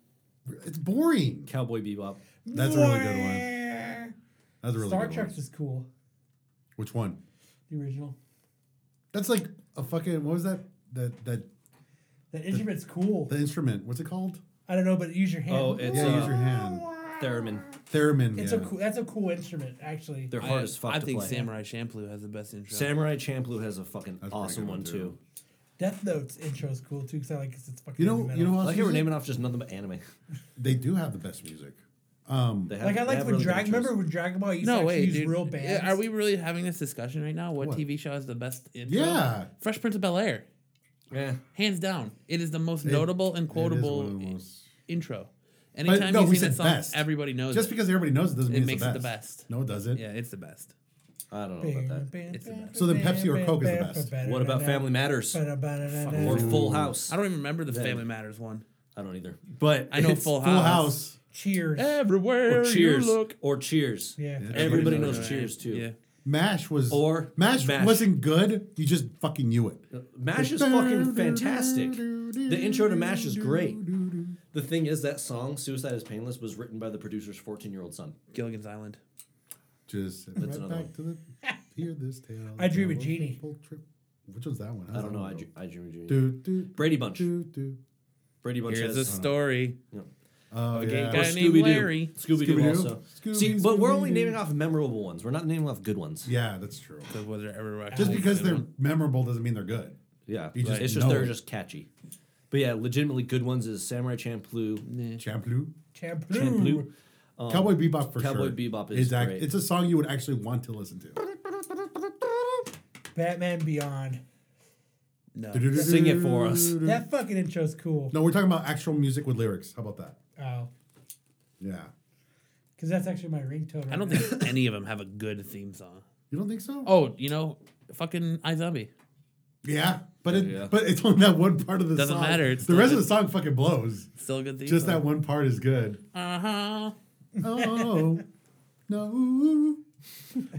S2: It's boring.
S5: Cowboy Bebop.
S2: That's a really good one. That's a really
S4: Star
S2: good
S4: Trek
S2: one.
S4: is cool.
S2: Which one?
S4: The original.
S2: That's like a fucking what was that? That that
S4: That instrument's cool.
S2: the instrument. What's it called?
S4: I don't know, but use your hand.
S5: Oh, it's
S2: Yeah,
S5: uh,
S2: use your hand.
S5: Theremin.
S2: Theremin.
S4: It's
S2: yeah.
S4: a cool. That's a cool instrument, actually.
S5: They're
S6: I,
S5: hard as fuck
S6: I
S5: to
S6: think
S5: play.
S6: Samurai Champloo has the best intro.
S5: Samurai Champloo has a fucking
S2: That's a pretty
S5: awesome
S2: good
S5: one,
S2: one,
S5: too.
S2: too.
S4: Death Note's intro is cool too, because I like 'cause it's fucking.
S2: You know,
S4: metal.
S2: you know
S5: I
S2: what?
S5: like
S2: Else
S5: how we're
S2: is it?
S5: naming off just nothing but anime.
S2: They do have the best music.
S5: They have,
S4: Like
S5: they
S4: I like
S5: have
S4: when
S5: really good
S4: Dragon.
S5: intros.
S4: Remember when Dragon Ball used to
S6: No
S4: actually
S6: way,
S4: use
S6: dude.
S4: real
S6: Yeah,
S4: bands?
S6: Are we really having this discussion right now? What,
S2: What?
S6: TV show has the best intro?
S2: Yeah.
S6: Fresh Prince of Bel Air,
S5: Yeah.
S6: hands down. It is the most
S2: It-
S6: notable and
S2: It is one
S6: quotable
S2: of the
S6: i-
S2: most-
S6: intro. Anytime
S2: no,
S6: you
S2: we
S6: sing that
S2: said
S6: song,
S2: best.
S6: everybody knows
S2: Just
S6: it.
S2: because everybody knows it doesn't
S6: It
S2: mean
S6: makes
S2: it's
S6: it
S2: the
S6: the
S2: best.
S6: best.
S2: No, it doesn't.
S6: Yeah, it's the best.
S5: I don't know about that.
S6: It's the best.
S2: So then Pepsi or Coke is the best?
S5: What about Family Matters or Full House?
S6: I don't even remember the
S5: Then-
S6: Family Matters one.
S5: I don't either. But
S6: I know
S5: it's-
S6: Full House.
S2: Full House.
S4: Cheers.
S6: Eh. Everywhere
S5: or Cheers
S6: you look.
S5: or Cheers.
S4: Yeah. Yeah.
S5: Everybody
S6: Everybody
S5: knows
S6: knows
S5: Cheers
S6: that.
S5: too.
S6: Yeah.
S2: Mash was
S5: Or
S2: Mash,
S5: Mash.
S2: wasn't good. You just fucking knew it.
S5: Mash is fucking fantastic. The intro to Mash is great. The thing is, that song "Suicide Is Painless" was written by the producer's 14-year-old son.
S6: Gilligan's Island.
S2: Just sit right
S5: another
S2: back to the hear this tale.
S4: I Dream a
S2: of a
S4: Genie.
S2: simple trip. Which one's that one? Oh,
S5: I don't know. I, dr- I dream dream.
S2: do, do,
S5: Brady Bunch.
S2: do, do.
S5: Brady Bunch
S6: Here's a
S5: has uh,
S6: story.
S2: Oh
S6: Okay,
S2: yeah.
S6: guys. named Larry.
S5: Scooby Doo
S2: Scooby-Doo.
S5: also.
S2: Scooby,
S5: See, but we're only
S2: Scooby-Doo.
S5: naming off memorable ones. We're not naming off good ones.
S2: Yeah, that's true.
S6: So was there ever actually
S2: Just
S6: a
S2: because
S6: good
S2: they're
S6: one?
S2: memorable doesn't mean they're good.
S5: Yeah,
S2: You just
S5: it's just
S2: know
S5: they're
S2: it.
S5: just catchy. But yeah, legitimately good ones is Samurai Champloo,
S2: Champloo.
S5: Champloo.
S2: Cowboy Bebop for
S5: Um, Cowboy
S2: sure.
S5: Bebop is
S2: it's act-
S5: great. Uh,
S2: It's a song you would actually want to listen to.
S4: Batman Beyond.
S2: Mm-hmm.
S6: No.
S5: Sing it for us.
S4: That fucking intro's cool.
S2: No, we're talking about actual music with lyrics. How about that?
S4: Oh,
S2: Yeah.
S4: because that's actually my ringtone. Right
S6: I don't
S4: now.
S6: think any of them have a good theme song.
S2: You don't think so?
S6: Oh, you know, fucking iZombie.
S2: Yeah, but it
S5: Yeah.
S2: but it's only that one part of the
S6: Doesn't
S2: song.
S6: matter, it's
S2: the rest
S6: not-
S2: of the song fucking blows.
S6: Still a good theme
S2: Just
S6: song.
S2: that one part is good.
S6: Uh huh.
S2: Oh no!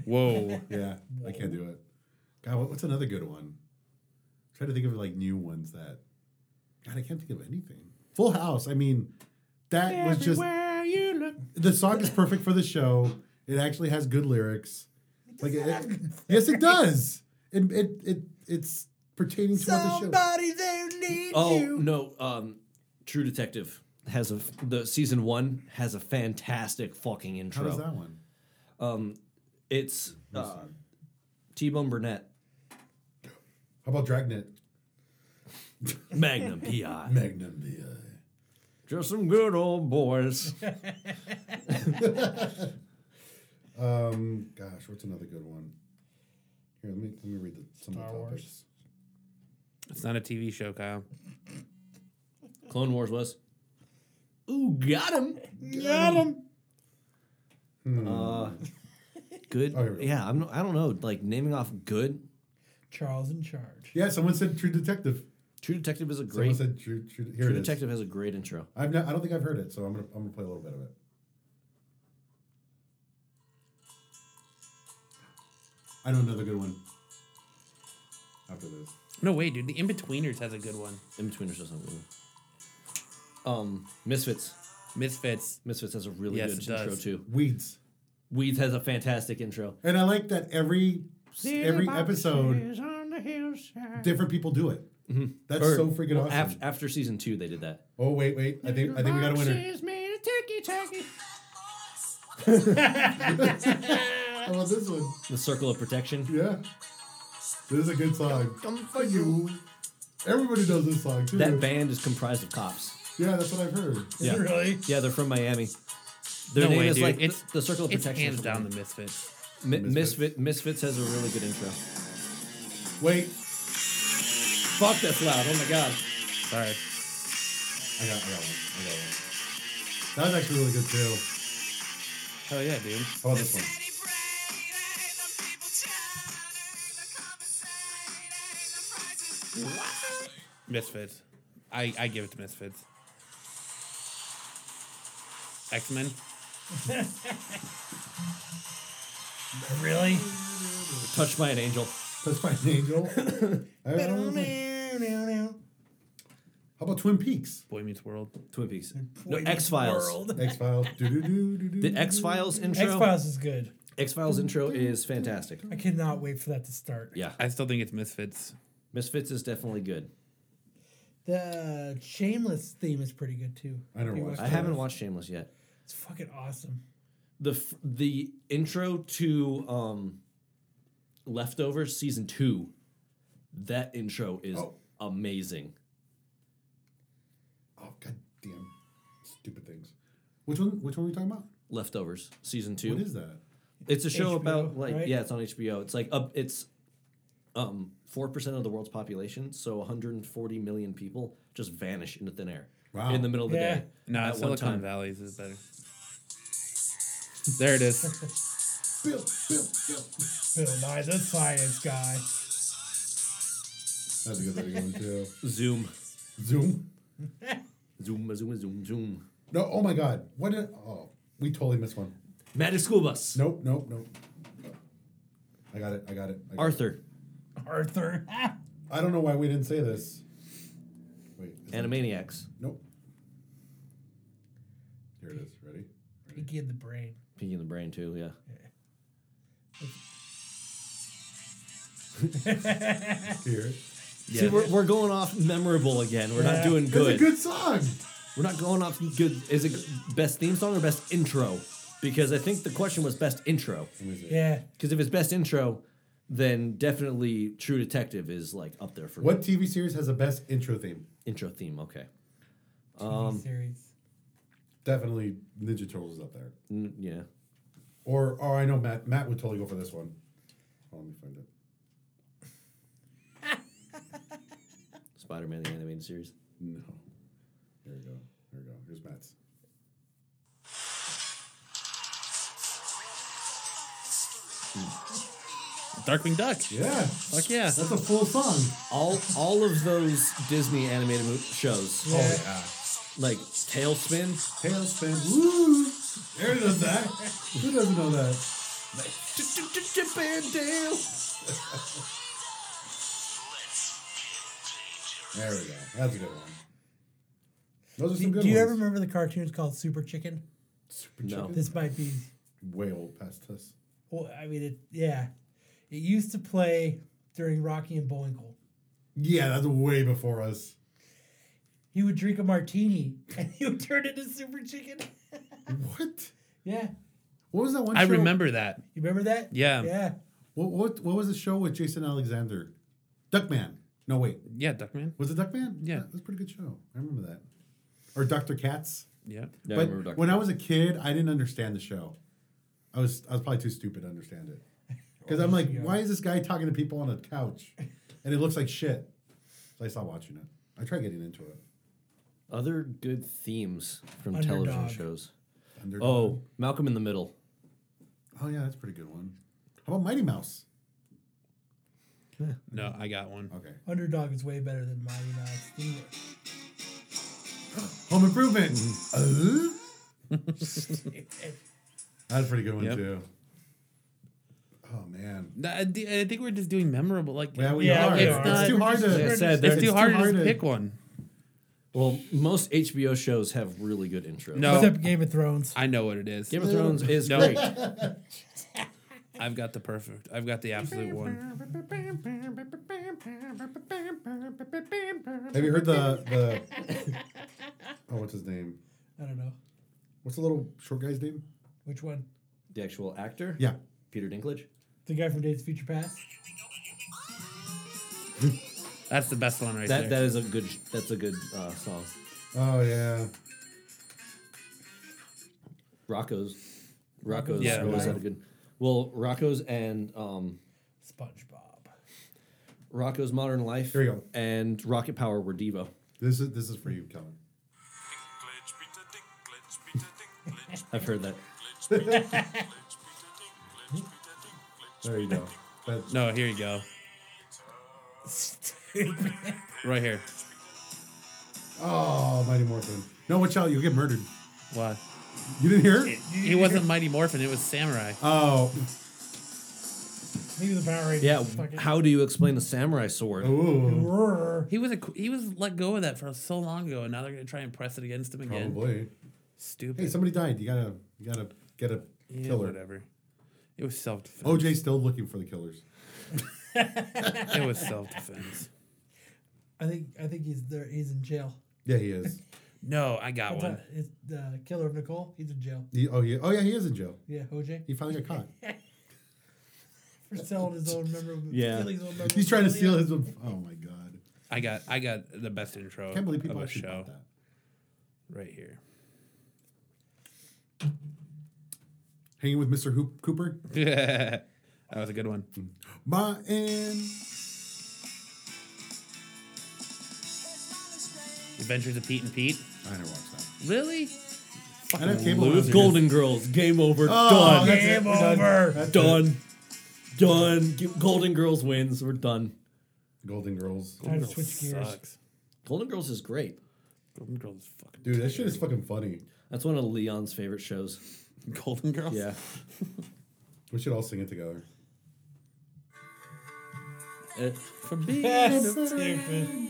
S6: Whoa.
S2: Yeah, I can't do it. God, what, what's another good one? Try to think of like new ones that. God, I can't think of anything. Full House. I mean, that was just
S6: you look.
S2: the song is perfect for the show. It actually has good lyrics. Like it, it- yes, it does. It it it it's pertaining to what the show.
S4: Somebody there needs
S5: Oh
S4: you.
S5: no, um, True Detective has a the season one has a fantastic fucking
S2: How
S5: intro.
S2: does that one?
S5: It's uh, T Bone Burnett,
S2: How about Dragnet?
S5: Magnum PI.
S2: Magnum VI.
S5: Just some good old boys.
S2: Um, gosh, what's another good one? Here, let me let me read the some of
S4: Star
S2: the
S4: Wars.
S2: topics.
S6: It's not a TV show, Kyle.
S5: Clone Wars was. Ooh, got him.
S2: Got him. Hmm.
S5: Uh, good.
S2: Oh, here we go.
S5: yeah, I'm. no- I don't know. Like naming off good.
S4: Charles in charge.
S2: Yeah, someone said True Detective.
S5: True Detective is a
S2: Someone
S5: great.
S2: said True True. Here
S5: True
S2: it is.
S5: Detective has a great intro.
S2: I've not, I don't think I've heard it, so I'm gonna I'm gonna play a little bit of it. I know another good one. After this,
S6: No, wait, dude. The In Betweeners has a good one.
S5: In between or something. Um, Misfits.
S6: Misfits.
S5: Misfits has a really
S6: Yes,
S5: good
S6: it
S5: intro
S6: does.
S5: too.
S2: weeds,
S5: Weeds has a fantastic intro.
S2: and I like that every every episode, different people do it. That's
S5: Or-
S2: so freaking
S5: Mm-hmm. well,
S2: awesome.
S5: af- after season two, they did that.
S2: oh wait, wait, I think I think we got a winner. How about this one?
S5: The Circle of Protection.
S2: Yeah. This is a good song. Come for you. Everybody knows this song too.
S5: That band is comprised of cops.
S2: yeah, that's what I've heard.
S5: Yeah.
S4: Really?
S5: Yeah, they're from Miami. Their
S6: No
S5: name
S6: way,
S5: is
S6: dude.
S5: like
S6: It's-
S5: it's, the Circle of
S6: It's
S5: Protection.
S6: hands down the Misfits.
S5: Mi-
S2: Misfits.
S5: Misfit Misfits has a really good intro.
S2: Wait,
S5: Fuck, that's loud. Oh my god.
S2: I
S6: Sorry.
S2: got, I got one. I got one. That was actually really good too.
S6: Hell yeah, dude.
S2: How about this one?
S6: Misfits. I, I give it to Misfits. X Men.
S4: Really?
S5: Touched by an angel.
S2: That's by an angel. I don't know. How about Twin Peaks?
S6: Boy Meets World.
S5: Twin Peaks. No, X Files.
S2: X Files.
S5: The X Files
S4: X
S5: intro.
S4: Files is good.
S5: X Files intro is fantastic.
S4: I cannot wait for that to start.
S5: Yeah,
S6: I still think it's Misfits.
S5: Misfits is definitely good.
S4: The Shameless theme is pretty good too.
S2: I never
S4: You
S2: watched
S5: I
S4: watch
S2: it.
S5: haven't watched Shameless yet.
S4: It's fucking awesome.
S5: the f- the intro to um leftovers season 2 that intro is
S2: Oh.
S5: amazing
S2: Oh god damn, stupid things. Which one? Which one are we talking about?
S5: leftovers season
S2: What
S5: 2
S2: is that?
S5: it's a show
S4: HBO,
S5: about like
S4: right?
S5: yeah it's on HBO it's like up it's um 4% of the world's population so 140 million people just vanish into thin air
S2: Wow.
S5: in the middle of the
S4: Yeah.
S5: day.
S6: No,
S5: at one
S6: Silicon
S5: time.
S6: Valley's is better. There it is.
S2: Bill, Bill, Bill.
S4: Bill Nye the Science Guy.
S2: That's a good video one too.
S5: Zoom,
S2: Zoom.
S5: zoom, zoom, zoom, zoom.
S2: No. Oh my God. What? Did, oh, we totally missed one.
S5: Magic School Bus.
S2: Nope. Nope. Nope. I got it. I got it. I got It.
S5: Arthur,
S4: Arthur.
S2: I don't know why we didn't say this. Wait. is it-
S5: Animaniacs,
S2: Nope. Here it is. Ready?
S4: Pinky in the brain.
S5: Pinky in the Brain too. Yeah.
S2: Here.
S5: See, we're, we're going off memorable again. We're not
S4: Yeah.
S5: doing
S2: It's a
S5: good.
S2: good song.
S5: We're not going off good. Is it best theme song or best intro? Because I think the question was best intro.
S4: Yeah.
S5: Because if it's best intro, then definitely True Detective is like up there for me.
S2: What TV series has the best intro theme?
S5: intro theme. Okay,
S4: TV series.
S2: Definitely Ninja Turtles is up there.
S5: N- yeah,
S2: Or, or I know Matt. Matt would totally go for this one. Oh, let me find it.
S5: Spider Man the animated series.
S2: No. There we go. There we go. Here's Matt's.
S6: Darkwing Duck.
S2: Yeah.
S6: Fuck yeah.
S2: That's a full song.
S5: All all of those Disney animated mo- shows,
S4: Yeah.
S2: Oh, Yeah.
S5: like Tailspin,
S2: Tailspin. Woo! Aaron knows that. Who doesn't know that? There we go. That's a good one. Those are some
S4: Do,
S2: good
S4: do you
S2: ones.
S4: ever remember the cartoons called Super Chicken?
S5: no,
S4: This might be.
S2: Way old past us.
S4: Well, I mean, it, yeah. It used to play during Rocky and Bullwinkle.
S2: Yeah, that's way before us.
S4: He would drink a martini and he would turn into Super Chicken.
S2: What?
S4: yeah.
S2: What was that one?
S6: I
S2: show-
S6: remember that.
S4: You remember that?
S6: Yeah.
S4: Yeah.
S2: What, what What was the show with Jason Alexander? Duckman. No, wait.
S6: Yeah, Duckman.
S2: Was it Duckman?
S6: Yeah.
S2: That was a pretty good show. I remember that. Or Dr. Katz.
S6: Yeah.
S5: Yeah, I
S2: but
S5: remember Dr.
S2: when I was a kid, I didn't understand the show. I was I was probably too stupid to understand it. Because I'm like, why is this guy talking to people on a couch? And it looks like shit. So I stopped watching it. I tried getting into it.
S5: other good themes from television
S4: Underdog.
S5: shows.
S2: Underdog.
S5: Oh, Malcolm in the Middle.
S2: Oh yeah, that's a pretty good one. How about Mighty Mouse?
S6: No, I got one.
S2: Okay.
S4: Underdog is way better than Mighty Mouse. Anyway,
S2: Home Improvement. Uh? that's a pretty good one
S6: Yep.
S2: too. Oh man.
S6: No, I thi- I think we're just doing memorable. Like,
S2: Yeah, we
S4: Yeah,
S2: are.
S4: we
S2: it's,
S4: are.
S2: too hard to.
S5: As I said,
S6: it's
S5: there-
S6: too hard to
S2: hard to-
S6: just pick one.
S5: Well, most HBO shows have really good intros.
S6: No.
S4: Except Game of Thrones.
S6: I know what it is.
S5: Game of Thrones is
S6: No.
S5: great.
S6: I've got the perfect. I've got the absolute one.
S2: Have you heard the the? oh, what's his name?
S4: I don't know.
S2: What's the little short guy's name?
S4: Which one?
S5: The actual actor,
S2: Yeah.
S5: Peter Dinklage.
S4: The guy from Days of Future Past?
S6: That's the best one right
S5: That
S6: there.
S5: that is a good. sh- That's a good uh, song.
S2: Oh yeah.
S5: Rocco's. Rocco's
S6: Yeah,
S5: always
S6: Rocco.
S5: had a good. Well, Rocco's and um,
S4: SpongeBob.
S5: Rocco's Modern Life.
S2: Here we go.
S5: And Rocket Power were Devo.
S2: This is this is for you, Kellen.
S5: I've heard that.
S2: There you go. That-
S6: no, here you go. right here.
S2: oh, Mighty Morphin. No, watch out! You'll get murdered.
S6: Why?
S2: You didn't hear? it?
S6: He wasn't Mighty Morphin. It was Samurai.
S2: Oh,
S4: Maybe the Power Rangers.
S5: Yeah.
S4: Fucking
S5: How do you explain the samurai sword?
S2: ooh,
S4: Roar.
S6: He was a, he was let go of that for so long ago, and now they're gonna try and press it against him again.
S2: probably.
S6: Stupid.
S2: Hey, somebody died. You gotta you gotta get a
S6: Yeah,
S2: killer.
S6: whatever. It was self defense.
S2: OJ's still looking for the killers.
S6: it was self defense.
S4: I think I think he's there. He's in jail.
S2: Yeah, he is.
S6: No, I got
S4: What's
S6: one.
S4: that? It's the killer of Nicole. He's in jail.
S2: He- oh yeah, oh yeah, he is in jail.
S4: Yeah, OJ
S2: He finally got caught.
S4: for selling his own memorabilia.
S5: Yeah.
S4: stealing his own
S2: He's trying to
S4: memorabilia.
S2: steal his. Oh my god!
S6: I got I got the best intro
S2: Can't believe people
S6: of a
S2: actually
S6: show
S2: bought that.
S6: right here.
S2: Hanging with Mr. Hoop Cooper.
S6: that was a good one.
S2: My and
S6: Adventures of Pete and Pete.
S2: I I never watched that.
S6: Really?
S2: I didn't have cable. when I was a kid.
S5: Golden Girls, game over,
S2: Oh,
S5: done,
S2: that's it.
S4: Game
S2: We're done.
S4: over.
S2: That's it.
S5: done, done. G- Golden Girls wins. We're done.
S2: Golden Girls.
S4: Time to switch gears.
S6: Sucks.
S5: Golden Girls is great.
S6: Golden Girls is fucking
S2: Dude, that shit is fucking funny.
S5: That's one of Leon's favorite shows.
S6: Golden Girls.
S5: Yeah,
S2: We should all sing it together.
S5: It-
S6: For being
S4: That's
S6: a
S4: stupid.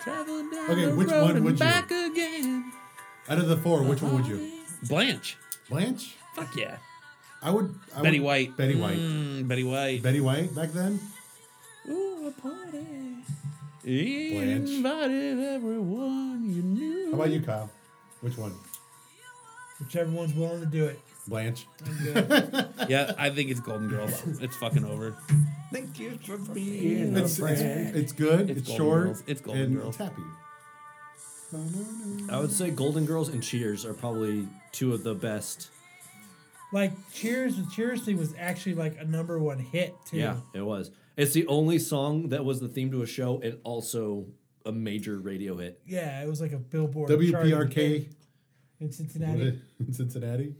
S6: traveling down
S2: Okay,
S6: the
S2: which
S6: road
S2: one
S6: and
S2: would you-
S6: back again.
S2: Out of the four, which one would you?
S6: Blanche.
S2: Blanche?
S6: Fuck yeah.
S2: I would. I
S6: Betty
S2: would-
S6: White.
S2: Betty White.
S6: Mm, Betty White.
S2: Betty White back then?
S6: Ooh, a party. You
S2: Blanche.
S6: invited everyone you knew.
S2: How about you, Kyle? Which one?
S4: Whichever one's willing to do it.
S2: Blanche.
S6: Yeah, I think it's Golden Girls. It's fucking over.
S5: Thank you for being
S2: It's, it's, it's good.
S6: It's
S2: It's,
S6: Golden
S2: short.
S6: Girls. It's Golden
S2: and
S6: Girls.
S2: It's happy.
S5: I would say Golden Girls and Cheers are probably two of the best.
S4: Like Cheers, the Cheers thing was actually like a number one hit too.
S5: Yeah, it was. It's the only song that was the theme to a show and also a major radio hit.
S4: Yeah, it was like a billboard. chart
S2: WPRK
S4: hit in Cincinnati.
S2: in Cincinnati.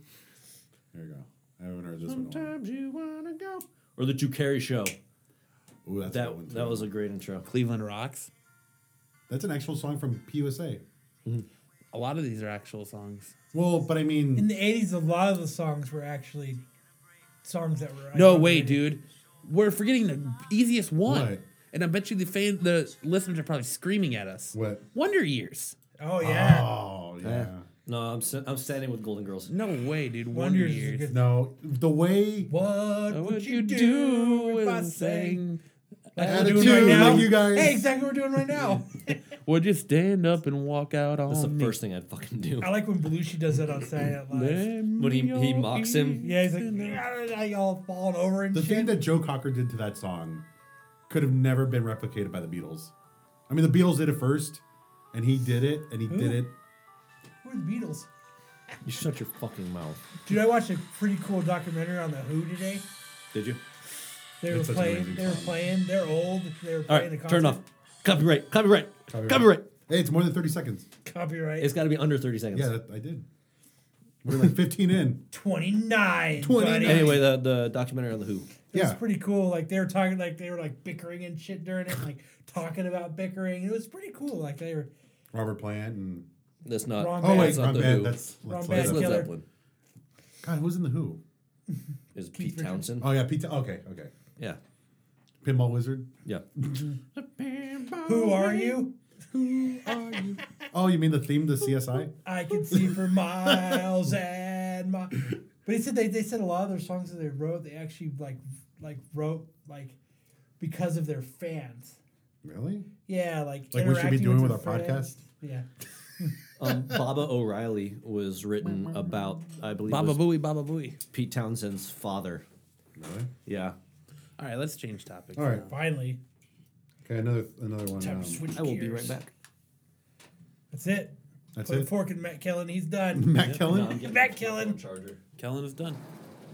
S2: There you go. I haven't heard this one. in a
S5: Sometimes you wanna go. Or the Drew Carey show.
S2: while. Ooh, that's a good one
S5: That
S2: too.
S5: that was a great intro.
S6: Cleveland Rocks.
S2: That's an actual song from PUSA.
S6: A lot of these are actual songs.
S2: Well, but I
S4: In
S2: mean,
S4: the eighties, a lot of the songs were actually songs that were.
S6: No
S4: iconic.
S6: way, dude. We're forgetting the easiest one.
S2: What?
S6: And I bet you the fan, the listeners are probably screaming at us.
S2: what?
S6: Wonder Years.
S4: Oh yeah.
S2: Oh yeah.
S5: No, I'm st- I'm standing with Golden Girls.
S6: No way, dude. Wonder,
S4: Wonder Years is a
S6: Years.
S4: good-
S2: No, the way
S4: What
S6: What
S4: would you do if I sang? Like we're doing right
S2: Attitude,
S4: now.
S2: like you guys.
S4: Hey, exactly what we're doing right now.
S6: Would you stand up and walk out on
S5: That's the
S6: me?
S5: first thing I'd fucking do.
S4: I like when Belushi does that on Saturday Night Live.
S6: Let
S5: When he-
S6: me
S5: he mocks him.
S4: Yeah, he's like, "Yeah, y'all falling over and
S2: the
S4: shit.
S2: thing that Joe Cocker did to that song could have never been replicated by the Beatles. I mean, the Beatles did it first, and he did it, and he did it.
S4: Who are the Beatles?
S5: You shut your fucking mouth.
S4: Dude, I watched a pretty cool documentary on the Who today.
S5: Did you?
S4: They were
S2: That's such an
S4: playing.
S2: amazing
S4: They were
S2: song.
S4: playing. They're old. They were
S5: All
S4: playing the
S5: right,
S4: concert.
S5: turn it off. Copyright. Copyright. Copyright.
S2: Hey, it's more than thirty seconds.
S4: Copyright.
S5: It's got to be under 30 seconds.
S2: Yeah, that, I did. We're like fifteen in.
S4: twenty nine.
S2: 29.
S5: Anyway, the the documentary on the Who.
S4: It
S2: Yeah,
S4: was pretty cool. Like they were talking, like they were like bickering and shit during it, like talking about bickering. It was pretty cool. Like they were
S2: Robert Plant and
S5: That's not.
S4: Wrong
S2: oh
S4: band.
S2: wait,
S5: that's not
S2: wrong
S5: the
S2: band.
S5: Who.
S2: That's
S4: Wrong
S2: let's
S4: band.
S5: that's
S2: Led
S5: Led
S4: Killer.
S5: Zeppelin.
S2: God, who's in the Who?
S5: Is Pete
S4: Richards.
S5: Townsend?
S2: Oh yeah, Pete. Okay, okay.
S5: Yeah.
S2: Pinball Wizard.
S5: Yeah.
S4: Who are you?
S2: Oh, you mean the theme to CSI?
S4: I can see for miles and miles. But he said they, they said a lot of their songs that they wrote, they actually like like wrote like because of their fans.
S2: Really?
S4: Yeah, like
S2: Like we should be
S4: interacting
S2: doing
S4: with,
S2: with
S4: their
S2: our podcast?
S4: fans. Yeah,
S5: Um, Baba O'Reilly was written about, I believe,
S6: Baba
S5: was
S6: Booey, Baba Booey.
S5: Pete Townsend's father.
S2: Really?
S5: Yeah.
S6: All right, let's change topics.
S2: All right.
S6: now.
S4: finally,
S2: Okay, another another one.
S4: time
S2: um,
S4: to switch.
S5: I will be
S4: gears.
S5: right back.
S4: That's it.
S2: that's
S4: Put a
S2: it.
S4: fork in Matt Kellen. He's done.
S2: Matt Kellen.
S4: Matt Kellen.
S5: Charger.
S6: Kellen is done.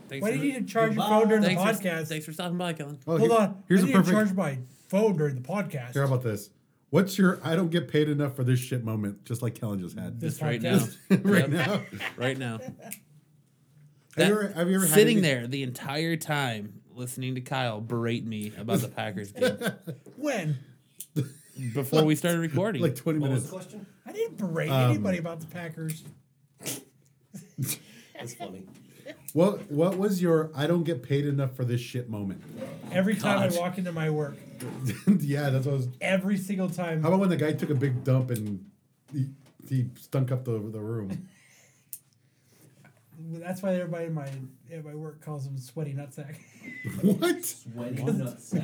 S6: Thanks
S4: Why
S6: for
S4: do you
S6: the-
S4: need to charge your
S5: Goodbye.
S4: phone during the
S6: thanks for,
S4: podcast?
S6: thanks for stopping by, Kellen.
S2: Oh,
S4: Hold
S2: here-
S4: on.
S2: Here's
S4: I
S2: a
S4: need
S2: perfect.
S4: to charge my phone during the podcast.
S2: Here, how about this? What's your I don't get paid enough for this shit moment, just like Kellen just had.
S4: This
S6: Right now.
S4: podcast.
S2: right
S6: Yep,
S2: now.
S6: Right now.
S2: have, you ever, have you ever had
S6: Sitting
S2: any-
S6: there the entire time listening to Kyle berate me about the Packers game
S4: When?
S6: before we started recording.
S2: Like 20 minutes.
S5: question?
S4: I didn't berate
S2: Um,
S4: anybody about the Packers.
S5: That's funny.
S2: What what was your I don't get paid enough for this shit moment?
S4: Every time
S6: God.
S4: I walk into my work,
S2: yeah, that's what I was.
S4: every single time.
S2: How about when the guy took a big dump and he, he stunk up the, the room?
S4: That's why everybody in my at my work calls him sweaty nutsack
S2: what?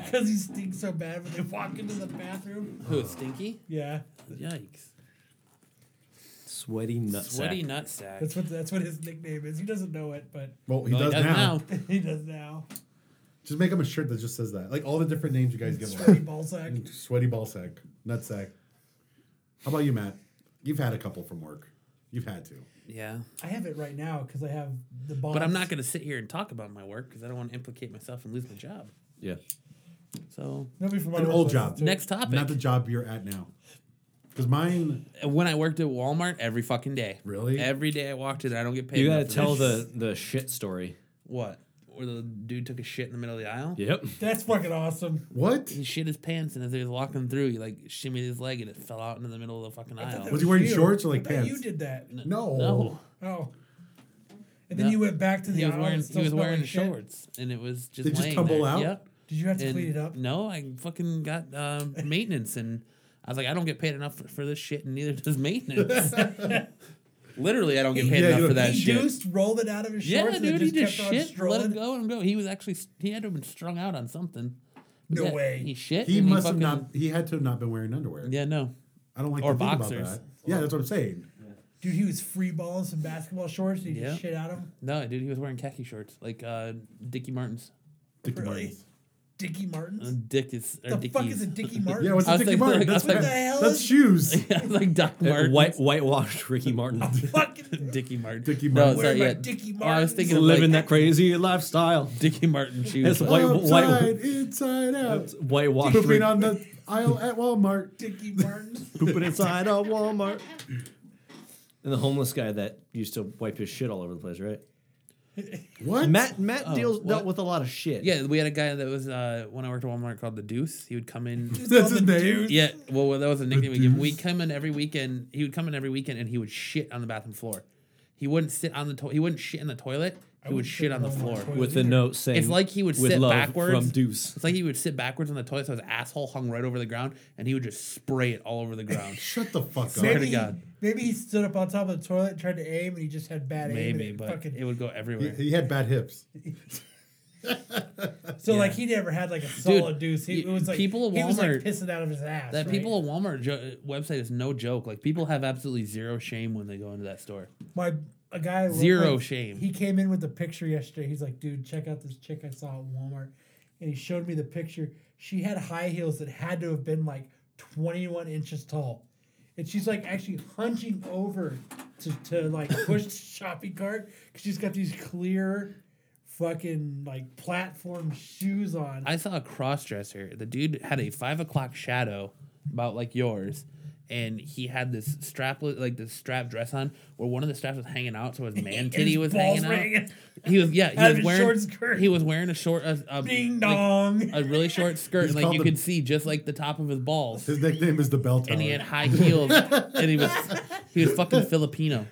S4: because he stinks so bad when they walk into the bathroom.
S6: Who, Stinky?
S4: Yeah,
S6: Yikes.
S5: Sweaty nutsack.
S6: Sweaty nutsack.
S4: that's what that's what his nickname is. He doesn't know it, but
S2: Well, he
S6: Well,
S2: does now.
S4: he does now.
S2: Just make him a shirt that just says that. Like all the different names you guys give
S4: Sweaty
S2: him.
S4: ballsack.
S2: Sweaty ball sack, nut sack. How about you, Matt? You've had a couple from work. You've had to.
S6: Yeah.
S4: I have it right now because I have the ball.
S6: But I'm not going to sit here and talk about my work because I don't want to implicate myself and lose my job.
S5: Yeah.
S6: So,
S4: Nobody from my
S2: An
S4: work
S2: old
S4: listens
S2: job.
S4: to it.
S6: next topic.
S2: Not the job you're at now. Because mine,
S6: When I worked at Walmart, every fucking day.
S2: Really?
S6: Every day I walked in, I don't get paid.
S5: You
S6: enough
S5: gotta
S6: for
S5: tell
S6: this.
S5: the the shit story.
S6: what? Where the dude took a shit in the middle of the aisle.
S5: Yep.
S4: That's fucking awesome.
S2: what?
S6: He shit his pants, and as he was walking through, he like shimmied his leg, and it fell out into the middle of the fucking aisle.
S2: Was he wearing
S4: You.
S2: shorts or, like,
S4: I thought You
S2: pants?
S4: did that.
S2: No.
S6: No,
S4: Oh. And then
S6: No.
S4: you went back to the
S6: he was
S4: aisle
S6: wearing
S4: and
S6: he
S4: still
S6: was
S4: smelled
S6: wearing
S4: like shit.
S6: shorts, and it was just
S2: They just
S6: laying
S2: tumble
S6: there.
S2: out?
S6: Yep.
S4: Did you have to
S6: And-
S4: clean it up?
S6: No, I fucking got uh, maintenance, and I was like, I don't get paid enough for, for this shit, and neither does maintenance. Literally, I don't get paid
S2: Yeah,
S6: enough
S2: you
S6: for
S2: don't-
S6: that
S4: he
S6: shit.
S4: deuced, rolled it out of his
S6: Yeah,
S4: shorts,
S6: dude,
S4: and
S6: he
S4: it just
S6: just
S4: kept on
S6: shit, let
S4: strolling.
S6: it go and go. He was actually he had to have been strung out on something. But
S4: No
S6: yeah,
S4: way.
S6: He shit.
S2: He
S6: and
S2: must
S6: fucking-
S2: have not. He had to have not been wearing underwear.
S6: Yeah, no.
S2: I don't like
S6: Or
S2: to think
S6: boxers.
S2: about that. Yeah, that's what I'm saying.
S4: Dude, he was free balling some basketball shorts. And he
S6: Yeah.
S4: just shit out of him.
S6: No, dude, he was wearing khaki shorts like uh, Dickie Martin's.
S2: Dicky
S4: Really?
S2: Martens.
S4: Dickie
S6: Uh,
S4: Martins.
S6: Dick is or
S4: the fuck
S6: Dickies.
S4: is a Dickie Martin?
S2: Yeah, what's a
S6: I was
S2: Dicky
S6: like,
S2: Martin?
S6: I
S2: That's,
S6: was like,
S2: pa-
S4: what the hell
S2: that's
S4: is-
S2: shoes.
S6: Yeah, like Doc Martin.
S5: White whitewashed Ricky Martin.
S4: Fucking
S6: Dickie Martin.
S2: Dickie
S6: No,
S2: Martin.
S6: sorry,
S4: Wearing
S6: yeah.
S4: my Dickie
S6: Oh, I was
S4: Martens.
S6: thinking of,
S5: Living
S6: like,
S5: that crazy lifestyle.
S6: Dickie Martin shoes.
S5: It's
S2: oh.
S5: white- white-
S2: Upside, inside out.
S5: Whitewashed
S2: Pooping
S5: Ricky.
S2: on the aisle at Walmart.
S4: Dickie Martin.
S5: pooping inside a Walmart. And the homeless guy that used to wipe his shit all over the place, right?
S2: What?
S5: Matt Matt deals
S6: Oh, what?
S5: dealt with a lot of shit.
S6: Yeah, we had a guy that was uh, when I worked at Walmart called the Deuce. He would come in.
S2: That's his
S4: Called the
S2: name?
S4: Deuce.
S6: Yeah, well, well, that was a nickname we gave him. We'd come in every weekend. He would come in every weekend and he would shit on the bathroom floor. He wouldn't sit on the to- he wouldn't shit in the toilet. He would
S4: wouldn't
S6: shit on the floor.
S4: toilet.
S5: With the note saying
S6: It's like he would
S5: with
S6: sit
S5: love
S6: backwards
S5: from Deuce.
S6: It's like he would sit backwards on the toilet, so his asshole hung right over the ground, and he would just spray it all over the ground.
S2: Shut the fuck
S6: Swear
S2: up.
S6: to
S4: Maybe,
S6: God.
S4: He, maybe he stood up on top of the toilet and tried to aim, and he just had bad aim. and
S6: Maybe,
S4: it
S6: but
S4: fucking-
S6: it would go
S2: He,
S6: everywhere.
S2: he had bad hips.
S4: so like he never had like a solid deuce. He,
S6: you-
S4: it was like
S6: people at
S4: he was like
S6: Walmart-
S4: pissing out of his ass.
S6: That
S4: right?
S6: people at Walmart jo- website is no joke. Like people have absolutely zero shame when they go into that store.
S4: my a guy I work
S6: Zero
S4: with,
S6: shame.
S4: He came in with a picture yesterday. He's like, dude, check out this chick I saw at Walmart, and he showed me the picture. She had high heels that had to have been like 21 inches tall, and she's like actually hunching over to to like push the shopping cart because she's got these clear. Fucking like platform shoes on.
S6: I saw a crossdresser. The dude had a five o'clock shadow, about like yours, and he had this strap like this strap dress on, where one of the straps was hanging out, so his man
S4: And
S6: titty
S4: his
S6: was
S4: balls
S6: hanging out.
S4: were hanging-
S6: He was yeah,
S4: Out of
S6: he was
S4: his
S6: wearing
S4: short skirt.
S6: he was wearing a short a, a
S4: Ding
S6: like,
S4: dong.
S5: uh,
S6: a really short skirt,
S2: He's
S6: and like
S2: called
S6: you
S2: the-
S6: could see just like the top of his balls,
S2: His nickname is the Bell Tower.
S6: and he had high heels, and he was he was fucking Filipino.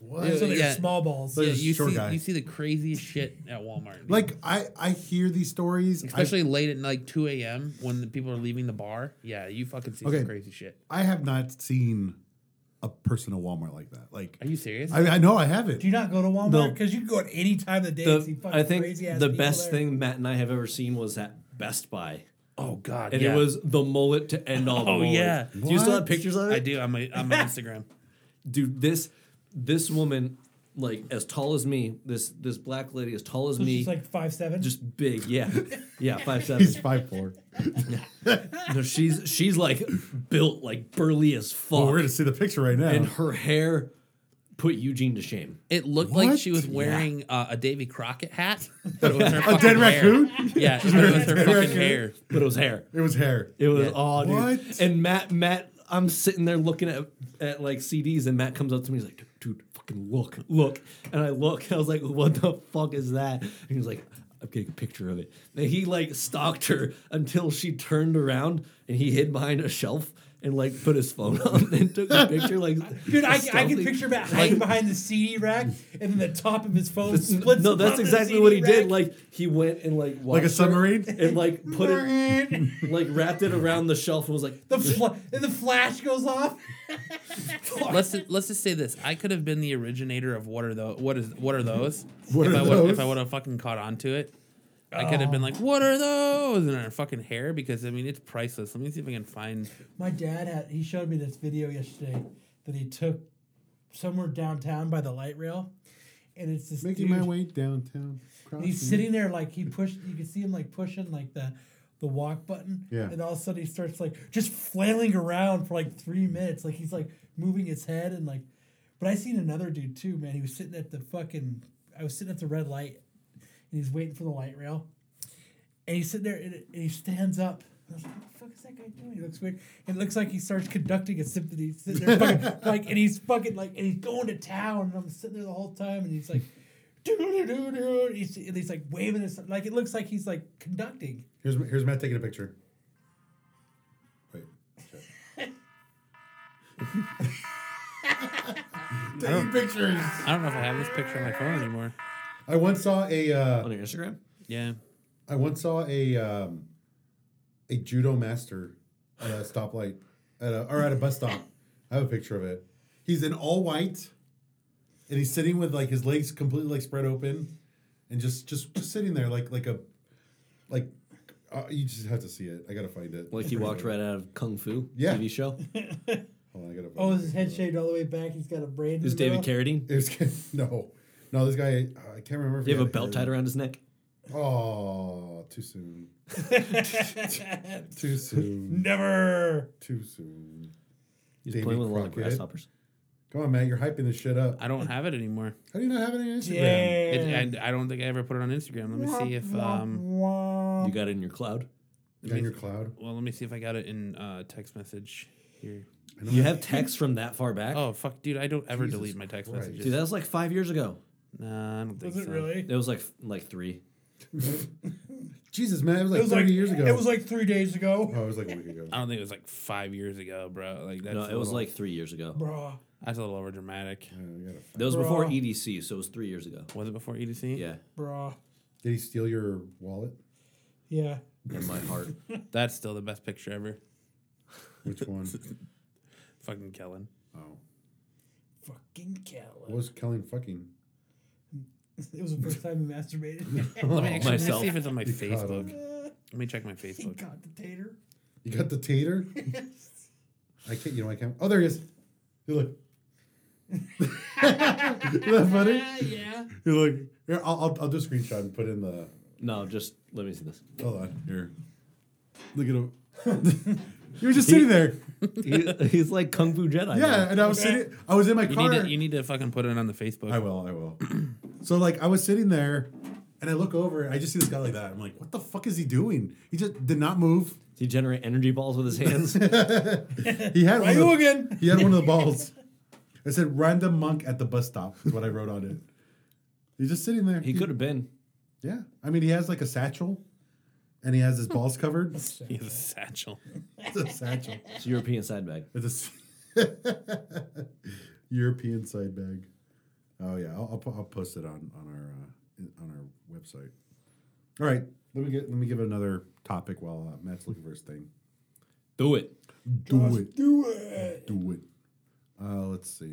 S2: what?
S4: so they're
S6: yeah.
S4: small balls.
S2: Like-
S6: Yeah,
S2: He's a
S6: you
S2: short
S6: see
S2: guy.
S6: you see the craziest shit at Walmart.
S2: Like I, I hear these stories.
S6: Especially late at like 2 a.m. when the people are leaving the bar. Yeah, you fucking see
S2: Okay.
S6: some crazy shit.
S2: I, I have not seen a person at Walmart like that. Like
S6: Are you serious?
S2: I, I know I haven't.
S4: Do you not go to
S5: No.
S4: Walmart? Because you can go at any time of the day and see
S5: The,
S4: fucking
S5: I think
S4: crazy ass
S5: the
S4: people
S5: best
S4: there.
S5: thing Matt and I have ever seen was at Best Buy.
S6: oh God,
S5: And
S6: yeah.
S5: it was the mullet to end all the
S6: Oh,
S5: mullet.
S6: yeah.
S5: Do you still have
S2: What?
S5: pictures of it?
S6: I do on my on my Instagram.
S5: Dude, this this woman, like as tall as me, this this black lady as tall as
S4: So
S5: me.
S4: she's like five seven.
S5: just big, yeah. Yeah, five seven.
S2: He's five four.
S5: No, she's she's like built like burly as fuck,
S2: Well, we're gonna see the picture right now.
S5: and her hair put Eugene to shame.
S6: It looked like
S2: What?
S6: she was wearing uh, a Davy Crockett hat, but it was her
S2: a
S6: fucking
S2: dead
S6: hair.
S2: raccoon.
S6: Yeah, but it was her
S2: Dead
S6: fucking
S2: raccoon.
S6: hair.
S5: But it was hair.
S2: It was hair.
S5: It was
S6: Yeah.
S5: all dude.
S2: What?
S5: And Matt, Matt, I'm sitting there looking at at like CDs, and Matt comes up to me, he's like, dude, dude, fucking look, look. And I look, and I was like, what the fuck is that? And he was like, I'm getting a picture of it. And he like stalked her until she turned around and he hid behind a shelf and like put his phone on and took a picture. Like,
S4: Dude, I, I
S5: stealthy.
S4: can picture Matt hiding behind the CD rack, and then the top of his phone splits.
S5: No,
S4: above
S5: that's
S4: the
S5: exactly
S4: CD
S5: what he
S4: rack.
S5: did. Like he went and like watched her
S2: submarine?
S5: and like put it, like wrapped it around the shelf and was like,
S4: the fl- and the flash goes off.
S6: Let's just, let's just say this: I could have been the originator of what are those? What is what are those?
S2: What
S6: if
S2: are
S6: I would
S2: those?
S6: if I would have fucking caught on to it, I could have been like, "What are those?" And her fucking hair because I mean it's priceless. Let me see if I can find.
S4: My dad had he showed me this video yesterday that he took somewhere downtown by the light rail, and it's this
S2: Making
S4: dude-
S2: my way downtown.
S4: And he's sitting there like he pushed. You can see him like pushing like the the walk button.
S2: Yeah.
S4: And all of a sudden he starts like just flailing around for like three minutes. Like he's like moving his head and like. But I seen another dude too, man. He was sitting at the fucking. I was sitting at the red light, and he's waiting for the light rail, and he's sitting there and, and he stands up. I was like, what the fuck is that guy doing? He looks weird. It looks like he starts conducting a symphony. He's sitting there fucking, like, and he's fucking like, and he's going to town. And I'm sitting there the whole time, and he's like, do do do do. He's and he's like waving his like. It looks like he's like conducting.
S2: Here's here's Matt taking a picture. Wait. taking pictures.
S6: I don't know if I have this picture on my phone anymore.
S2: I once saw a uh,
S5: on your Instagram.
S6: Yeah.
S2: I once saw a um, a judo master at a stoplight, at a, or at a bus stop. I have a picture of it. He's in all white, and he's sitting with like his legs completely like spread open, and just just just sitting there like like a like uh, you just have to see it. I gotta find it.
S5: Like he walked right out of Kung Fu
S2: Yeah.
S5: TV show.
S2: Hold on, I gotta find
S4: Oh,
S2: it.
S4: is his head shaved all the way back. He's got a braid. in
S5: Is
S4: the
S5: David
S4: middle.
S5: Carradine?
S2: It was, no, no. This guy, I can't remember. if
S5: Do you have
S2: had
S5: a belt
S2: hair.
S5: tied around his neck?
S2: Oh, too soon. too soon.
S4: Never.
S2: Too soon.
S5: He's
S2: Davy
S5: playing with a lot of
S2: Crockett.
S5: grasshoppers.
S2: Come on, man. You're hyping this shit up.
S6: I don't have it anymore.
S2: How do you not have it on Instagram?
S4: Yeah.
S6: It, and I don't think I ever put it on Instagram. Let me see if um
S4: Womp.
S5: You got it in your cloud.
S2: Got in your cloud.
S6: well, let me see if I got it in uh text message here.
S5: You have texts from that far back,
S6: Oh fuck, dude! I don't ever
S2: Jesus
S6: delete my text
S2: Christ.
S6: messages.
S5: dude. That was like five years ago.
S6: Nah, I don't think
S4: Was it
S6: so.
S4: really?
S5: It was like like three.
S2: Jesus, man. It was like 30 years ago.
S4: It was like three days ago,
S2: Oh, it was like a week ago.
S6: I don't think it was like five years ago, bro. Like that's
S5: No,
S6: a
S5: it was
S6: little-
S5: like three years ago.
S4: bro.
S6: that's a little over dramatic.
S2: Uh, we gotta-
S5: That was before
S4: Bruh.
S5: EDC, so it was three years ago.
S6: Was it before E EDC?
S5: Yeah,
S4: Bro,
S2: Did he steal your wallet?
S4: yeah.
S5: in my heart.
S6: that's still the best picture ever.
S2: Which one?
S6: Fucking Kellen.
S2: oh.
S4: Fucking Kellen.
S2: What was Kellen fucking?
S4: It was the first time he masturbated.
S6: Let me actually let me
S5: Oh, myself.
S6: see if it's on my
S2: You caught
S6: Facebook. Oh, Let me check my
S4: he
S6: Facebook.
S4: got the tater.
S2: You got the tater? I can't, you know, I can't. Oh, there he is. Hey, look. Isn't that funny?
S4: yeah.
S2: You're like, here, I'll, I'll, I'll do a screenshot and put in the.
S5: No, just let me see this.
S2: Hold on. Here. Look at him. you were just sitting there.
S5: He- he's like Kung Fu Jedi.
S2: Yeah,
S5: man.
S2: and I was sitting. I was in my
S6: You
S2: car.
S6: need, to, you need to fucking put it on the Facebook.
S2: I will. I will. so like, I was sitting there, and I look over. I just see this guy like that. I'm like, what the fuck is he doing? He just did not move.
S5: Does he generate energy balls with his hands?
S2: He had one of the,
S4: again?
S2: he had one of the balls. I said random monk at the bus stop is what I wrote on it. He's just sitting there.
S5: he could have been.
S2: Yeah. I mean, he has like a satchel, and he has his balls covered. It's
S6: He has a satchel.
S2: a satchel.
S5: It's a European side bag.
S2: It's a s- European side bag. Oh yeah, I'll, I'll, po- I'll post it on on our uh, in- on our website. All right, let me get let me give it another topic while uh, Matt's looking for his thing.
S5: Do it.
S2: Do it,
S4: Do it.
S2: do it. Uh, let's see.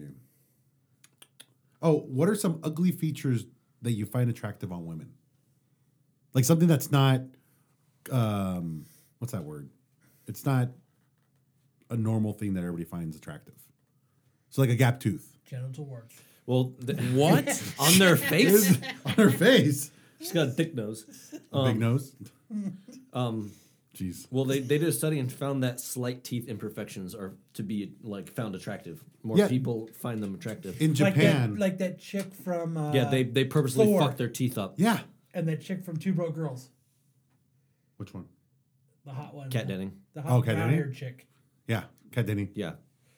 S2: Oh, what are some ugly features that you find attractive on women? Like something that's not, um, what's that word? It's not a normal thing that everybody finds attractive. So like a gap tooth.
S4: Genital warts.
S5: Well, th-
S6: What?
S5: on their face?
S2: on her face.
S5: She's got a thick nose.
S2: Big nose.
S5: Um,
S2: Jeez.
S5: well, they, they did a study and found that slight teeth imperfections are to be like found attractive. More
S2: Yeah.
S5: people find them attractive.
S2: In Japan.
S4: Like that, like that chick from. Uh,
S5: yeah, they they purposely
S4: Thor.
S5: fuck their teeth up.
S2: yeah.
S4: And that chick from Two Broke Girls,
S2: Which one?
S4: the hot one.
S5: Cat Denning.
S4: The
S2: Oh,
S4: hot
S2: Kat
S4: brown
S2: Denning?
S4: haired chick.
S2: Yeah. Kat Denny.
S5: Yeah.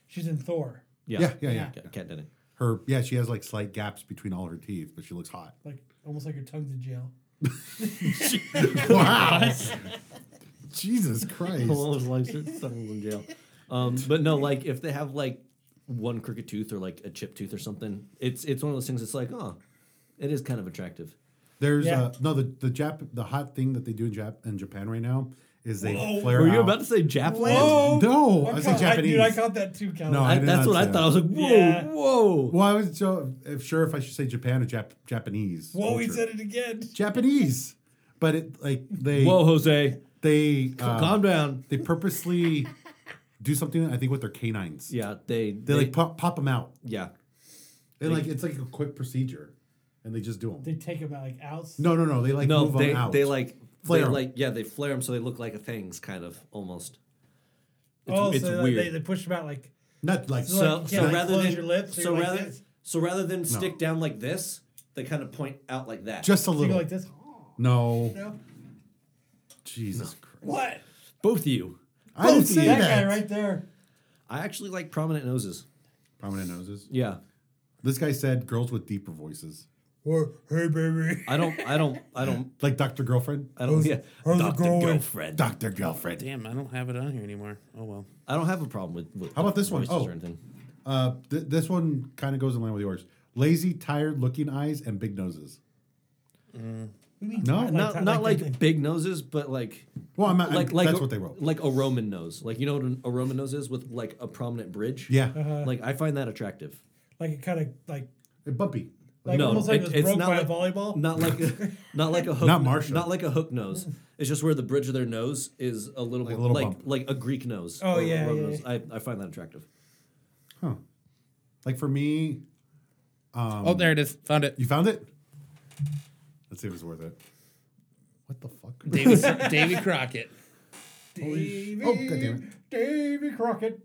S4: She's in Thor.
S5: Yeah.
S2: Yeah, yeah, yeah.
S5: Cat, Cat Denning.
S2: Her yeah, she has like slight gaps between all her teeth, but she looks hot.
S4: Like almost like her tongue's in jail.
S2: Wow. Jesus
S5: Well,
S2: Christ.
S5: it was like someone's in jail. Um, but no, like if they have like one crooked tooth or like a chipped tooth or something, it's it's one of those things. It's like, oh, it is kind of attractive.
S2: There's
S4: Yeah.
S2: uh no the the Jap the hot thing that they do in Jap in Japan right now is they flare
S5: Were
S2: out.
S5: you about to say Japland?
S2: No, I
S4: I
S2: was
S4: caught-
S2: like Japanese.
S4: I, dude, I caught that too, Kellen.
S2: No,
S5: I,
S2: I did
S5: that's
S2: not
S5: what I
S2: say
S5: thought. I was like, whoa,
S4: Yeah.
S5: whoa.
S2: well, I was so if sure if I should say Japan or Jap- Japanese.
S4: Whoa, he
S2: culture.
S4: said it again.
S2: Japanese. But it like they
S5: Whoa, Jose.
S2: they uh,
S5: Calm down.
S2: they purposely do something I think with their canines.
S5: Yeah, they,
S2: They, like pop, pop them out.
S5: yeah.
S2: And like it's like a quick procedure, and they just do them.
S4: They take him out like outs.
S2: No, no, no. They like
S5: No,
S2: move
S5: they
S2: them out.
S5: they like
S2: Flare
S5: they
S2: 'em.
S5: like yeah, they flare them so they look like a fangs kind of almost. It's,
S4: oh,
S5: it's
S4: so like,
S5: weird.
S4: They, they push him out like
S2: not like
S4: So,
S5: so
S4: like,
S5: so
S4: yeah, like,
S5: rather
S4: close
S5: than
S4: your lips, so
S5: so
S4: you're like
S5: rather
S4: this.
S5: so rather than stick down like this, they kind of point out like that.
S2: just a
S4: you go
S2: little.
S4: like this.
S2: no.
S4: No.
S2: Jesus Christ.
S4: What?
S5: Both of you.
S2: I didn't
S4: Both
S2: say
S4: that
S2: that.
S4: guy right there.
S5: I actually like prominent noses.
S2: Prominent noses.
S5: Yeah.
S2: This guy said girls with deeper voices,
S4: Or hey baby.
S5: I don't I don't I don't
S2: like Doctor Girlfriend.
S4: Uh,
S5: I don't yeah.
S4: how's it
S5: Doctor
S4: going?
S5: girlfriend.
S2: Doctor Girlfriend.
S6: Damn, I don't have it on here anymore. Oh well.
S5: I don't have a problem with, with
S2: How about this one?
S5: voices
S2: Oh.
S5: or anything.
S2: Uh, th- this one kind of goes in line with yours. Lazy, tired-looking eyes and big noses.
S4: Mm.
S2: No,
S5: Not
S4: I
S5: not
S4: like
S5: like big noses, but like
S2: Well, I'm, not.
S5: like like
S2: that's
S5: a-
S2: what they wrote.
S5: Like a Roman nose. Like you know what an- a Roman nose is with like a prominent bridge.
S2: Yeah,
S4: Uh-huh.
S5: Like I find that attractive.
S4: Like it kind of like
S2: bumpy.
S4: like
S5: No,
S4: almost like
S5: it-
S4: it was
S5: it's
S4: broke
S5: not
S4: by
S5: like-
S4: a volleyball.
S5: Not like not like a hook,
S2: Not Marshall.
S5: Not like a hook nose. It's just where the bridge of their nose is a little
S2: Like
S5: like
S2: a little
S5: like,
S2: bump.
S5: a Greek nose.
S4: Oh,
S5: or a
S4: yeah,
S5: Roman
S4: yeah,
S5: nose. I, I find that attractive.
S2: Huh. Like for me,
S6: oh, there it is. Found it.
S2: Um, you found it. Let's see if it's worth it. What the fuck?
S6: Davy, Davy Crockett.
S4: Davy,
S2: Oh, goddammit.
S4: Davy Crockett.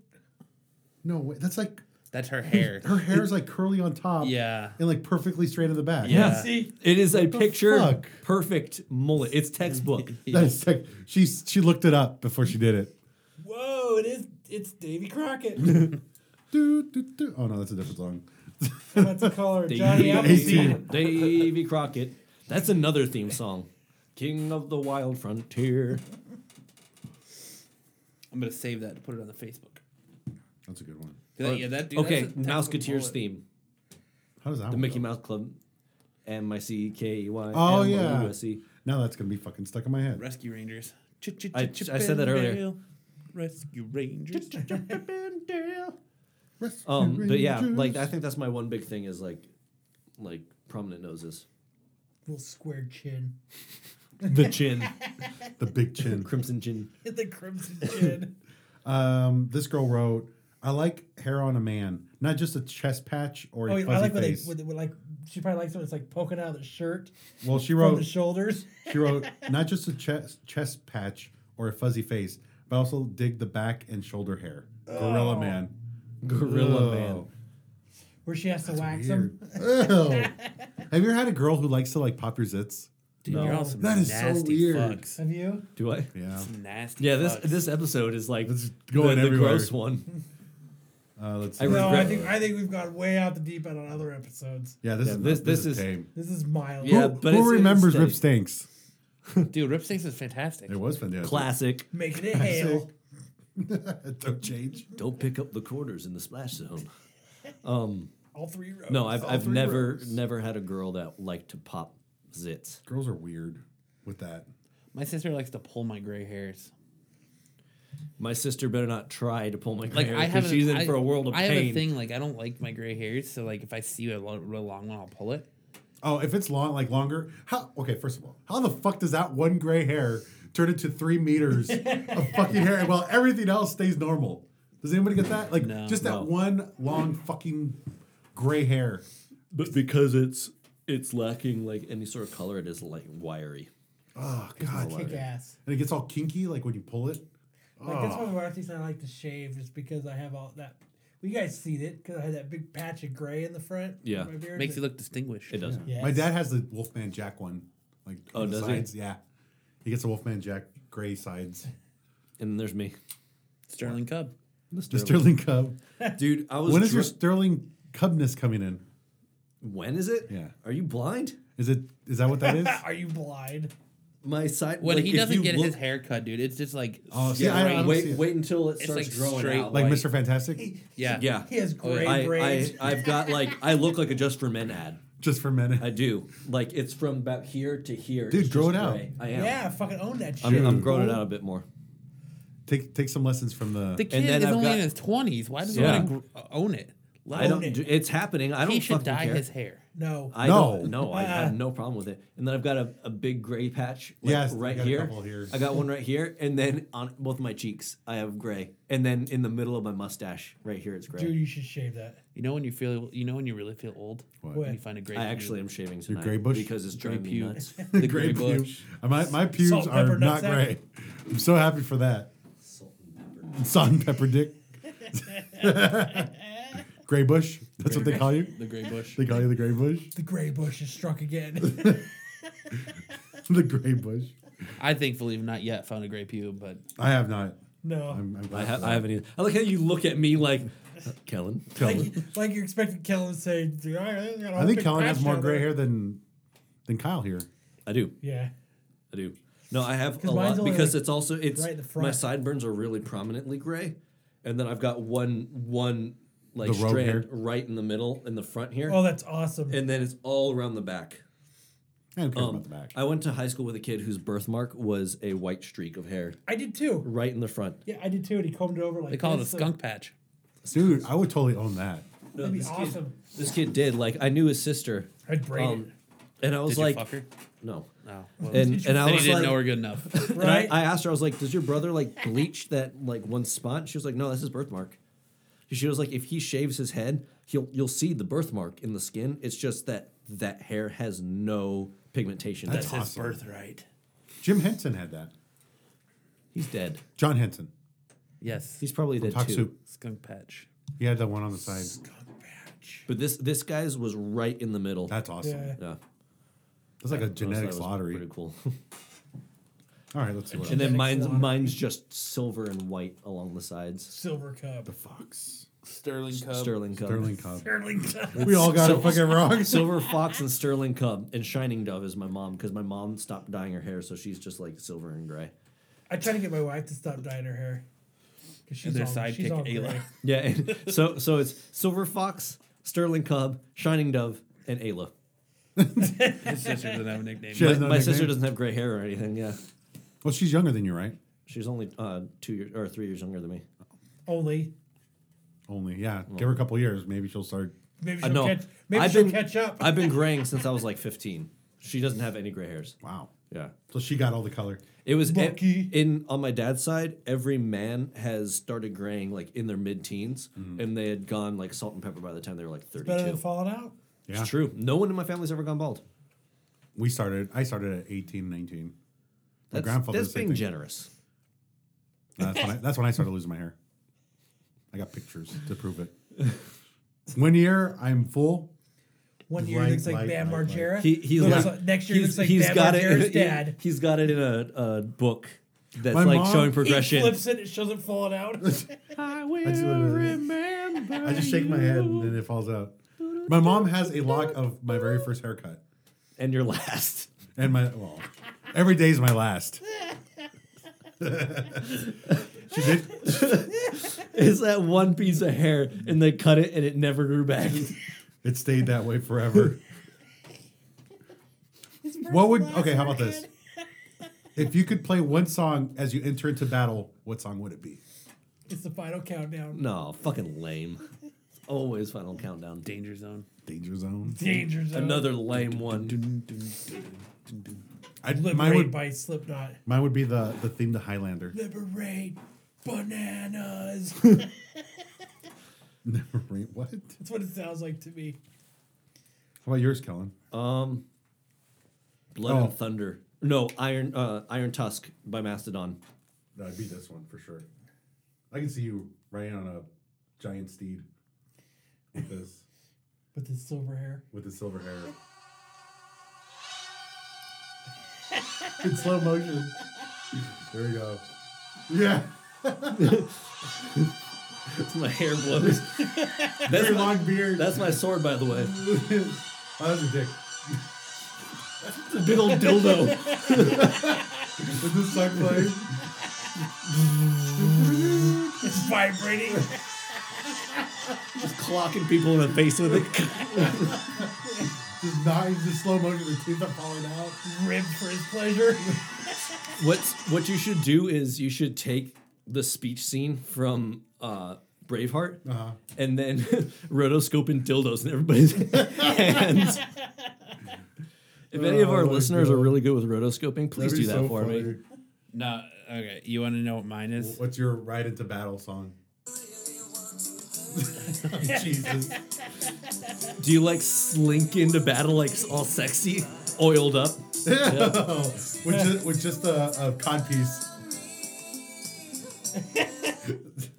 S2: No, way. that's like
S6: That's her hair.
S2: her hair is like curly on top.
S6: Yeah.
S2: And like perfectly straight in the back.
S6: Yeah.
S4: See,
S5: It is a
S2: the
S5: picture
S2: fuck?
S5: perfect mullet. It's textbook.
S2: That's like she she looked it up before she did it.
S4: whoa, it is. It's Davy Crockett.
S2: Do, do, do. Oh no, that's a different song.
S4: That's a caller, Johnny Appleseed.
S5: Davy, Davy Crockett. That's another theme song. King of the Wild Frontier.
S6: I'm gonna save that to put it on the Facebook.
S2: That's a good one.
S6: yeah, that dude.
S5: Okay,
S6: that's a- that's a
S5: Mouseketeers
S6: bullet.
S5: theme.
S2: How does that?
S5: The
S2: one
S5: Mickey
S2: go?
S5: Mouse Club. M I C K E Y.
S2: Oh,
S5: M O U
S2: yeah.
S5: S E.
S2: Now that's gonna be fucking stuck in my head.
S6: Rescue Rangers.
S5: I- I said that earlier.
S6: Chippendale, Rescue Rangers.
S5: Um, but yeah, like I think that's my one big thing is like, like prominent noses,
S4: Little square chin.
S5: the chin,
S2: the big chin.
S5: crimson chin.
S4: the crimson chin.
S2: Um, this girl wrote, "I like hair on a man, not just a chest patch or a
S4: Oh, I
S2: fuzzy
S4: like when they,
S2: face."
S4: when they, when like she probably likes when it's like poking out of the shirt
S2: well, she
S4: from
S2: wrote,
S4: the shoulders.
S2: She wrote, not just a chest chest patch or a fuzzy face, but also dig the back and shoulder hair. Gorilla man.
S5: Gorilla man.
S4: Where she has to wax
S2: Weird. Ew.
S4: them.
S2: Have you ever had a girl who likes to like pop your zits?
S6: Dude,
S5: No.
S6: you're all some
S2: That is so
S6: nasty
S2: weird.
S6: fucks.
S4: Have you?
S5: Do I?
S2: Yeah.
S6: Some nasty.
S5: Yeah. This
S6: fucks.
S5: this episode is like
S2: It's
S5: the,
S2: going
S5: the
S2: everywhere.
S5: gross one.
S2: Uh, let's
S5: I
S2: see.
S5: re-
S4: No, I
S5: Regret-
S4: think I think we've gone way out the deep end on other episodes.
S2: yeah, this
S5: Yeah,
S2: is
S5: this-
S2: this, this,
S5: this
S2: is
S5: is-
S2: tame.
S4: This is mild.
S5: Yeah,
S2: who
S5: but it's-
S2: remembers
S5: it's
S2: Rip Stinks?
S6: dude, Rip Stinks is fantastic.
S2: It was fantastic.
S5: Classic.
S4: Making it hail.
S2: Don't change.
S5: Don't pick up the quarters in the splash zone.
S4: All three rows.
S5: No, I've
S2: All
S5: I've
S2: three
S5: never
S2: rows.
S5: never had a girl that liked to pop zits.
S2: Girls are weird with that.
S6: My sister likes to pull my gray hairs.
S5: My sister better not try to pull my
S6: Like
S5: hair
S6: I have,
S5: because
S6: a-
S5: she's in
S6: I-
S5: for a world of
S6: I have
S5: pain.
S6: a thing like I don't like my gray hairs, so like if I see a lo- real long one, I'll pull it.
S2: Oh, if it's long, like longer, how? Okay, first of all, how the fuck does that one gray hair turn into three meters of fucking hair while everything else stays normal? Does anybody get that? Like,
S6: No.
S2: just that
S5: No.
S2: one long fucking gray hair.
S5: But because it's it's lacking like any sort of color, it is like wiry.
S2: Oh god,
S4: kick ass.
S2: and it gets all kinky like when you pull it.
S4: Like
S2: Oh.
S4: that's one of the things I like to shave is because I have all that. Well, you guys seen it because I had that big patch of gray in the front. of
S5: Yeah.
S4: my beard.
S6: Makes you look distinguished.
S5: It does.
S4: Yes.
S2: My dad has the Wolfman Jack one, like
S5: Oh,
S2: on the
S5: does he?
S2: sides. Yeah, he gets the Wolfman Jack gray sides.
S5: And then there's me.
S6: Sterling Cub.
S2: The Sterling Cub.
S5: Dude, I was
S2: When is
S5: dri-
S2: your Sterling Cubness coming in?
S5: When is it?
S2: Yeah.
S5: Are you blind?
S2: Is it? Is that what that is?
S4: Are you blind?
S5: My side.
S6: When
S5: like,
S6: he
S5: if
S6: doesn't
S5: you
S6: get
S5: look-
S6: his haircut, dude, it's just like
S2: Oh, see,
S5: Yeah,
S2: I- I don't
S5: wait,
S2: see it.
S5: wait until it
S6: It's,
S5: starts
S6: like,
S5: growing
S6: straight
S5: out.
S2: like
S6: white.
S2: Mr. Fantastic.
S6: yeah,
S5: Yeah.
S4: He has
S6: Oh, yeah.
S4: gray braids.
S5: I, I I've got like I look like a just for men ad.
S2: just for a minute.
S5: I do. Like it's from about here to here.
S2: Dude,
S5: It's
S2: grow
S5: just
S2: it out.
S5: gray. I
S4: yeah.
S5: am.
S4: I fucking own that shit.
S5: I'm, I'm growing it out a bit more.
S2: take take some lessons from the.
S6: the kid
S5: then
S6: is
S5: I've
S6: only in
S5: got-
S6: his twenties. Why does
S5: Yeah.
S6: he want to gr- uh, own it? Let
S5: I
S6: him-
S5: don't.
S4: it.
S5: do- It's happening. I don't
S6: he should
S5: fucking
S6: dye
S5: care.
S6: his hair.
S4: No.
S5: I
S2: No.
S5: don't, no, I have no problem with it. And then I've got a, a big gray patch like,
S2: Yes, I
S5: right
S2: got a
S5: here.
S2: couple here.
S5: I got one right here, and then on both my cheeks I have gray, and then in the middle of my mustache right here it's gray.
S4: Dude, you should shave that.
S6: You know when you feel, you know when you really feel old. When you
S4: What?
S6: find a gray.
S5: I
S6: pube.
S5: actually am shaving tonight
S2: gray bush?
S5: because it's driving me
S6: pube.
S5: nuts. The
S2: gray
S5: gray bush.
S2: pubes. My my pubes
S4: Salt, pepper,
S2: are not
S4: nutsack.
S2: gray. I'm so happy for that. Salt and pepper dick. gray bush. That's what they call you.
S6: the gray bush.
S2: They call you the gray bush.
S4: The gray bush is struck again.
S2: the gray bush.
S6: I thankfully have not yet found a gray pube, but
S2: I have not.
S4: No.
S2: I'm, I'm
S5: I,
S2: glad
S5: ha-
S2: for that.
S5: I haven't either. I like how you look at me like, uh, Kellen.
S4: like, you- like you're expecting Kellen to say, "Dude, I, I, got a
S2: I
S4: whole
S2: think
S4: big
S2: Kellen has
S4: patch
S2: more
S4: down
S2: gray
S4: there."
S2: hair than than Kyle here.
S5: I do.
S4: Yeah.
S5: I do. No, I have
S4: 'Cause
S5: a
S4: mine's
S5: lot
S4: only,
S5: because
S4: like,
S5: it's also it's
S4: right in the front.
S5: my sideburns are really prominently gray, and then I've got one one like
S2: The rogue
S5: strand
S2: hair?
S5: right in the middle in the front here,
S4: Oh, that's awesome.
S5: and then it's all around the back.
S2: I don't care
S5: Um,
S2: about the back.
S5: I went to high school with a kid whose birthmark was a white streak of hair
S4: I did too.
S5: right in the front.
S4: Yeah, I did too. And he combed it over like
S6: they call it a
S4: this, like,
S6: skunk patch.
S2: Dude, I would totally own that.
S5: No,
S4: That'd be
S5: this kid-
S4: awesome.
S5: this kid did. Like I knew his sister,
S4: I'd braid
S5: um, and I was
S6: Did you
S5: like,
S6: fuck her?
S5: no.
S6: No. Well,
S5: And and I
S6: then you
S5: was
S6: didn't
S5: like,
S6: know her good enough.
S4: it,
S5: And I-
S4: right?
S5: I, asked her, I was like, does your brother like bleach that like one spot? She was like, no, that's his birthmark. She was like, if he shaves his head, he'll you'll see the birthmark in the skin. It's just that that hair has no pigmentation.
S2: That's
S5: That's
S2: hot.
S5: it.
S2: Awesome.
S6: birthright.
S2: Jim Henson had that.
S5: He's dead.
S2: John Henson.
S6: Yes.
S5: He's probably dead
S2: Talk
S5: too.
S2: soup.
S6: Skunk patch.
S2: He had that one on the side.
S4: skunk patch.
S5: But this this guy's was right in the middle.
S2: That's awesome.
S4: Yeah.
S5: yeah,
S2: That's like a
S5: So that
S2: genetics
S5: was
S2: lottery.
S5: Pretty cool.
S2: All right, let's see what
S5: and
S2: else.
S5: then
S4: Genetics
S5: mine's
S4: lottery.
S5: mine's just silver and white along the sides.
S4: Silver cup.
S2: The fox.
S6: Sterling Cub.
S5: Sterling cub.
S2: Sterling Cub.
S4: Sterling cup.
S2: We all got it fucking wrong.
S5: Silver Fox and Sterling Cub and Shining Dove is my mom because my mom stopped dyeing her hair, so she's just like silver and gray.
S4: I try to get my wife to stop dyeing her hair. 'Cause she's
S6: their
S4: all, she's
S6: sidekick,
S4: all
S6: Ayla.
S4: gray.
S5: Yeah. and so so it's Silver Fox, Sterling Cub, Shining Dove, and Ayla.
S6: His sister doesn't have a nickname.
S2: She has
S5: My
S2: no
S5: sister
S2: nickname?
S5: doesn't have gray hair or anything. Yeah,
S2: Well, she's younger than you, right?
S5: she's only uh, two years or three years younger than me.
S4: Only.
S2: Only, yeah. Give her a couple years, maybe she'll start.
S4: Maybe
S5: I
S4: she'll,
S5: know.
S4: catch, maybe
S5: I've
S4: she'll
S5: been-
S4: catch up.
S5: I've been graying since I was like 15. She doesn't have any gray hairs.
S2: Wow.
S5: Yeah.
S2: So she got all the color.
S5: It was e-
S4: Lucky.
S5: in on my dad's side. Every man has started graying like in their mid-teens,
S2: Mm.
S5: and they had gone like salt and pepper by the time they were like thirty-two.
S4: Better than falling out.
S2: Yeah.
S5: It's true. No one in my family's ever gone bald.
S2: We started, I started at 18, 19. My
S5: That's,
S2: grandfather
S5: that's
S2: did the same
S5: being
S2: thing.
S5: generous.
S2: That's when, I, that's when I started losing my hair. I got pictures to prove it. One year, I'm full.
S4: One year
S2: Right,
S4: he looks like
S2: right,
S4: Bam
S2: right, right.
S4: Margera.
S5: He, he's
S4: Looks
S5: like-
S4: like- next year he
S5: he's-
S4: looks like
S5: he's
S4: Bam
S5: got
S4: Margera's
S5: it.
S4: dad.
S5: He, has got it in a, a book that's
S2: My
S5: like
S2: mom-
S5: showing
S4: He
S5: progression.
S4: flips it. It shows it falling out.
S5: I will
S2: That's what it is.
S5: remember.
S2: I just shake my head and then it falls out. My mom has a lock of my very first haircut.
S5: And your last.
S2: And my, well, every day's my last. she did.
S5: It's that one piece of hair, and they cut it, and it never grew back.
S2: It stayed that way forever. what would, okay, how about this? If you could play one song as you enter into battle, what song would it be?
S4: it's the final countdown.
S5: no, fucking lame. Always final countdown.
S6: Danger zone.
S2: Danger Zone.
S4: Danger zone.
S5: Another lame one.
S6: Dun, dun, dun, dun, dun.
S2: I'd, mine,
S4: Liberate
S2: would,
S4: by Slipknot.
S2: mine would be the, the theme to Highlander.
S4: Liberate bananas.
S2: Never rain. What? How
S4: That's what it sounds like to me.
S2: about yours, Kellen?
S5: Um, Blood
S2: Oh.
S5: and Thunder. No, Iron uh, Iron Tusk by Mastodon.
S2: That'd be this one for sure. I can see you riding on a giant steed with this
S4: With his silver hair.
S2: with his silver hair. In slow motion. There we go. Yeah.
S5: My hair blows. that's,
S2: Very
S5: my,
S2: long beard.
S5: that's my sword, by the way.
S2: oh, that's a dick.
S5: It's a big old dildo.
S2: With this suck play.
S4: It's vibrating.
S5: Just clocking people in the face with it.
S2: Just not just slow motion, the teeth are falling out.
S4: Ribbed for his pleasure.
S5: What's what you should do is you should take the speech scene from uh, Braveheart
S2: Uh-huh.
S5: and then rotoscope and dildos in everybody's hands. If any of
S2: Oh
S5: our
S2: my
S5: listeners are
S2: God.
S5: really good with rotoscoping, please do that for me.
S6: No, okay. You want to know what mine is?
S2: What's your ride into battle song? Jesus.
S5: Do you like slink into battle like all sexy, oiled up?
S2: Oh, with just, with just a, a cod piece.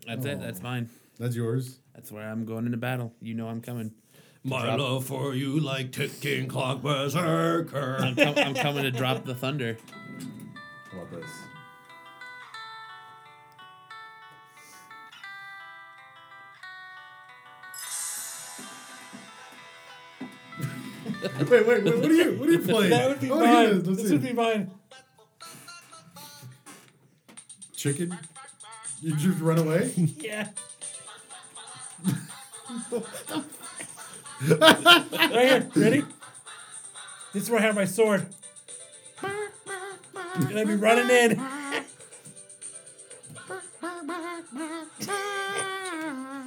S6: That's
S5: Oh.
S6: it. That's mine.
S2: That's yours.
S6: That's where I'm going into battle. You know I'm coming.
S5: My love for you like ticking clock berserker.
S6: Um, I'm, com- I'm coming to drop the thunder.
S7: How about this?
S2: Wait, wait, wait, what are you? What are you playing?
S4: That would be
S2: I wanna hear
S4: mine.
S2: this. Oh, Let's
S4: This
S2: see.
S4: would be mine.
S2: chicken. You just run away.
S4: Yeah. right here. Ready? This is where I have my sword. And I'd be running in.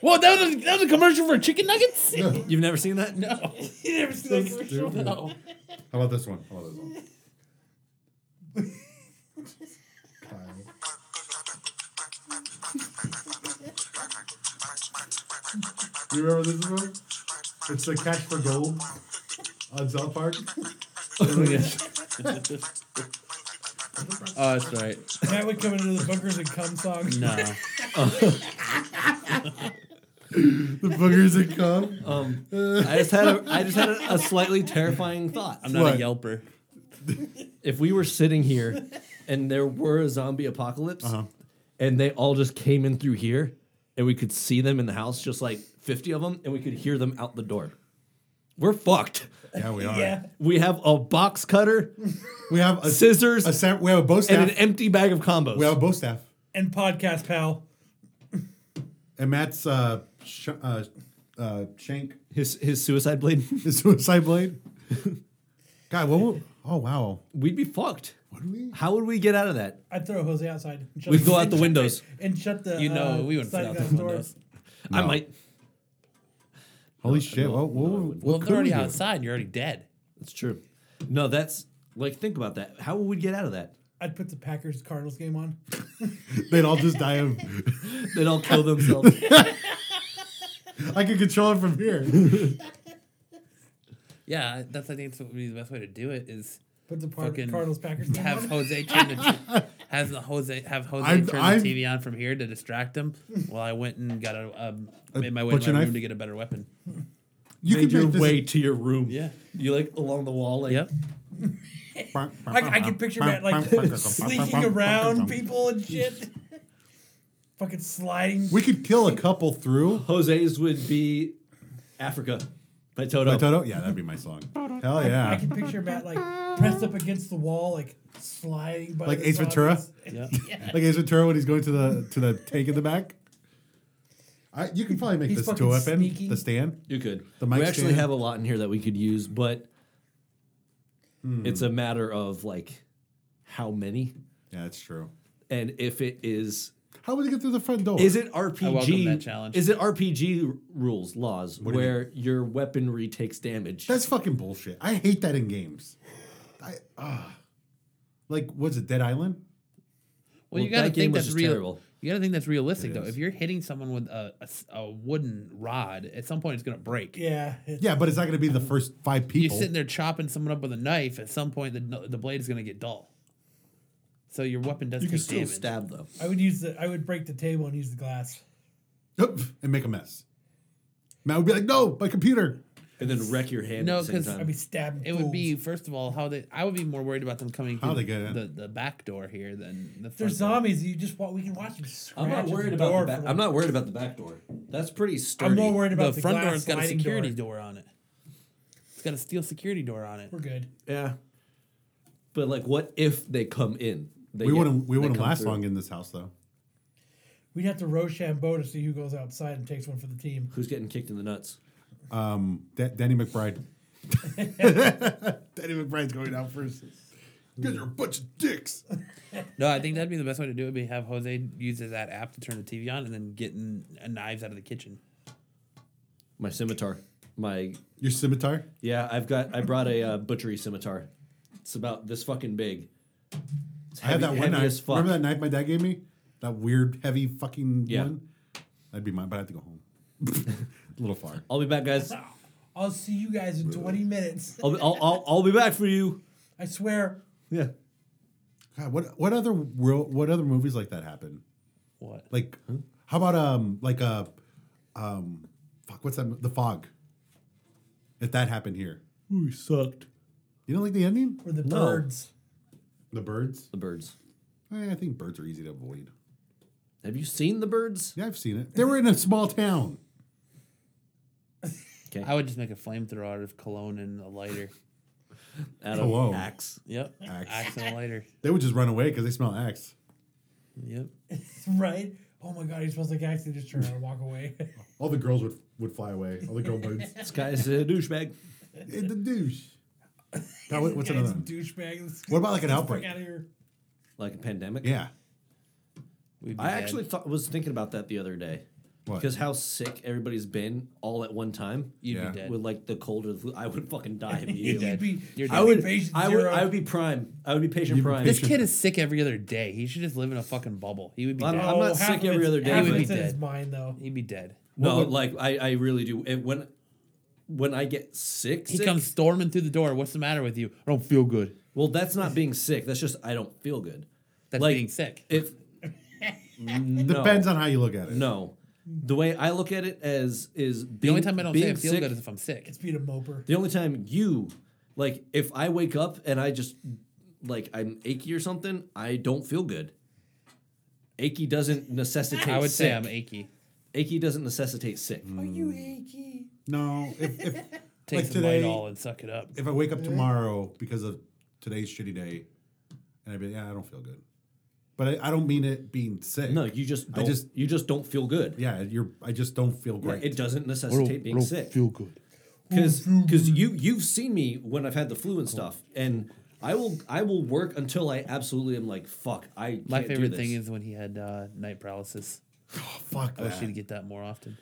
S6: Whoa, that was, that was a commercial for chicken nuggets?
S5: You've never seen that?
S6: No.
S4: You never see that commercial.
S2: Dude.
S6: No.
S2: How about this one? How about this one? Kyle. you remember this one? It's the catch for gold on South Park.
S6: Oh, that's right.
S4: Matt would come into the bunkers and cum song.
S6: No.
S2: The boogers that come.
S5: Um, I just had a, I just had a, a slightly terrifying thought.
S6: I'm not
S2: What?
S6: a yelper.
S5: If we were sitting here and there were a zombie apocalypse
S2: Uh-huh.
S5: and they all just came in through here and we could see them in the house, just like 50 of them, and we could hear them out the door. We're fucked.
S2: Yeah, we are.
S4: Yeah.
S5: We have a box cutter,
S2: We have a,
S5: scissors,
S2: a sa- we have a bow staff.
S5: and an empty bag of combos.
S2: we have a bow staff.
S4: And podcast pal.
S2: And Matt's uh, sh- uh, uh, shank
S5: his his suicide blade.
S2: his suicide blade. God, what? would- Oh wow,
S5: We'd be fucked.
S2: what do we?
S5: How would we get out of that?
S4: I'd throw Jose outside. and shut
S5: We'd go
S4: and
S5: out the
S4: shut
S5: windows.
S4: And shut the.
S6: You know,
S4: uh,
S6: we wouldn't fit
S4: side
S6: out
S4: glass
S6: the
S4: door.
S6: windows.
S5: I might.
S2: Holy shit! what, what, what,
S6: Well, if
S2: could
S6: they're already
S2: we do?
S6: outside, you're already dead.
S5: That's true. No, that's like think about that. How would we get out of that?
S4: I'd put the Packers Cardinals game on.
S2: They'd all just die of.
S5: They'd all kill themselves.
S2: I could control it from here.
S6: Yeah, that's I think that's what would be the best way to do it is
S4: Put the par-
S6: Fucking
S4: Cardinals Packers game
S6: have
S4: on.
S6: Jose turn the have the Jose have Jose
S2: I've-
S6: turn
S2: I've-
S6: the TV on from here to distract him while I went and got a um, made my way
S2: butcher
S6: to my
S2: knife?
S6: room to get a better weapon.
S2: You
S5: Made
S2: could
S5: your
S2: make this.
S5: way to your room.
S6: Yeah.
S5: You like along the wall. Like,
S6: Yep.
S2: I,
S4: I, I could picture Matt like sneaking around people and shit. Fucking sliding.
S2: We could kill a couple through.
S5: Jose's would be Africa by Toto.
S2: By Toto? Yeah, that'd be my song. Hell
S4: I
S2: yeah!
S4: can picture Matt like pressed up against the wall, like sliding by.
S2: Like
S4: the
S2: Ace
S4: zombies.
S2: Ventura?
S6: Yeah.
S2: Like Ace Ventura when he's going to the to the tank in the back. I, you could probably make
S4: He's
S2: this to
S4: fucking
S2: a weapon.
S4: sneaky.
S2: The stand.
S5: You could.
S2: The
S5: we
S2: mic
S5: actually
S2: stand.
S5: have a lot in here that we could use, but
S2: Hmm.
S5: it's a matter of like how many
S2: Yeah, that's true.
S5: and if it is
S2: How would they get through the front door?
S5: Is it RPG?
S6: welcome that challenge.
S5: Is it RPG r- rules laws
S2: do you
S5: where your weaponry takes damage?
S2: That's fucking bullshit. I hate that in games. I ah, like what's it? Dead Island?
S6: Well, you
S5: Well,
S6: gotta
S5: that
S6: think
S5: game was
S6: that's
S5: just
S6: real.
S5: terrible.
S6: You gotta think that's realistic though.
S2: is.
S6: If you're hitting someone with a, a s- a wooden rod, at some point it's gonna break.
S4: Yeah. it's-
S2: Yeah, but it's not gonna be the first five
S6: You're
S2: people.
S6: sitting there chopping someone up with a knife. At some point, the kn- the blade is gonna get dull. So your weapon does
S5: you can
S6: take
S5: still
S6: damage.
S5: stab though.
S4: I would use the. I would break the table and use the glass.
S2: Oop, and make a mess. Matt would be like, "No, my computer."
S5: And then wreck your hand at
S6: No,
S5: the same
S6: 'cause
S5: time.
S4: I'd be stabbing.
S6: It would be first of all how they. I would be more worried about them coming
S2: How
S6: through
S2: they get in.
S6: the, the back door here than the
S4: They're
S6: front. door.
S4: zombies. You just wa- we can watch them.
S5: I'm
S4: scratch at
S5: not
S4: the
S5: worried about
S4: door
S5: the back.
S4: for
S5: I'm
S4: like-
S5: not worried about the back door. That's pretty sturdy.
S4: I'm more worried about the,
S6: the front
S4: glass
S6: door's got a
S4: sliding
S6: security
S4: door.
S6: door. on it. It's got a steel security door on it.
S4: We're good.
S5: Yeah. But like, what if they come in? They
S2: we
S5: get-
S2: wouldn't. We
S5: they
S2: wouldn't
S5: come
S2: last
S5: through.
S2: long in this house, though.
S4: We'd have to Rochambeau to see who goes outside and takes one for the team.
S5: Who's getting kicked in the nuts?
S2: Um, Da- Danny McBride. Danny McBride's going out first.
S5: Hmm.
S2: You guys are a bunch of dicks.
S6: No, I think that'd be the best way to do it. Be have Jose use that app to turn the TV on, and then getting uh, knives out of the kitchen.
S5: My scimitar. My
S2: Your scimitar.
S5: yeah. I've got. I brought a uh, butchery scimitar. It's about this fucking big. It's
S2: I
S5: heavy-
S2: had that one
S5: heavy
S2: knife.
S5: as fuck.
S2: Remember that knife my dad gave me? That weird, heavy, fucking
S5: Yeah.
S2: one. That'd be mine, but I have to go home. a little far.
S5: I'll be back, guys.
S4: I'll see you guys in 20 minutes.
S5: I'll be, I'll, I'll, I'll be back for you.
S4: I swear.
S5: Yeah.
S2: God, what what other world? What other movies like that happen?
S6: What?
S2: Like, how about um like uh um fuck what's that? mo- The Fog. If that happened here,
S5: We sucked.
S2: You don't like the ending?
S4: or the
S5: No.
S4: birds.
S2: The birds?
S5: The birds.
S2: Eh, I think birds are easy to avoid.
S5: Have you seen the birds?
S2: Yeah, I've seen it. They were in a small town.
S6: I would just make a flamethrower out of cologne and a lighter.
S5: Out
S2: Hello.
S5: of axe.
S6: Yep.
S2: Axe.
S6: Axe and a lighter.
S2: They would just run away because they smell axe.
S6: Yep.
S4: Right? Oh my god, he smells like axe. They just turn around and walk away.
S2: All the girls would would fly away. All the girl birds.
S5: This guy's a douchebag.
S2: Eh, the douche. Now, what- what's
S4: Guy's
S2: another
S4: a
S2: one?
S4: douchebag. Let's
S2: What about like an
S4: fuck
S2: outbreak?
S4: out of here.
S5: Like a pandemic.
S2: Yeah.
S6: We'd be
S5: I
S6: dead.
S5: actually thought, was thinking about that the other day.
S2: What?
S5: Because how sick everybody's been all at one time.
S6: you'd
S2: Yeah.
S6: be dead.
S5: With like the cold or the flu, I would fucking die
S4: You'd
S5: immediately.
S6: dead.
S4: be,
S6: You're
S4: you'd
S5: I
S6: dead.
S4: be
S5: would,
S4: patient
S5: I would,
S4: zero.
S5: I would be prime. I would be patient
S2: You'd be
S5: prime.
S6: this kid is sick every other day. He should just live in a fucking bubble. He would be
S5: I'm-
S6: dead.
S5: I'm- not
S4: half
S5: sick
S4: of
S5: every
S4: it's-
S5: other day.
S4: half
S6: He
S4: of
S6: would
S4: it's
S6: be
S4: in his
S6: dead.
S4: mind though.
S6: He'd be dead.
S5: no, like I, I really do. It, when, when I get sick,
S6: He
S5: sick,
S6: comes storming through the door. What's the matter with you? I don't feel good.
S5: Well, that's not being sick. That's just I don't feel good.
S6: That's
S5: Like-
S6: being sick.
S5: If no,
S2: Depends on how you look at it.
S5: no. The way I look at it as is
S6: The
S5: being,
S6: only time I don't say I
S5: being
S6: feel
S5: sick,
S6: good is if I'm sick.
S4: It's being a moper.
S5: the only time you like if I wake up and I just like I'm achy or something, I don't feel good. Achy doesn't necessitate.
S6: I would
S5: sick.
S6: say I'm achy.
S5: achy doesn't necessitate sick.
S4: Are Oh, you achy?
S2: No. If, if,
S6: Take
S2: Like
S6: some
S2: today-
S6: Lydol and suck it up.
S2: if I wake up tomorrow because of today's shitty day, and I'd be yeah, I don't feel good. But I, I don't mean it being sick.
S5: No, you just
S2: I
S5: don't,
S2: just-
S5: you just don't feel good.
S2: Yeah, you're. I just don't feel great.
S5: It doesn't necessitate being sick.
S6: good.
S5: because because you you've seen me when I've had the flu and stuff, and I will I will work until I absolutely am like fuck. I can't
S6: My
S5: do
S6: favorite
S5: this."
S6: thing is when he had uh, night paralysis.
S2: oh, fuck
S6: I wish
S2: that.
S6: he'd get that more often.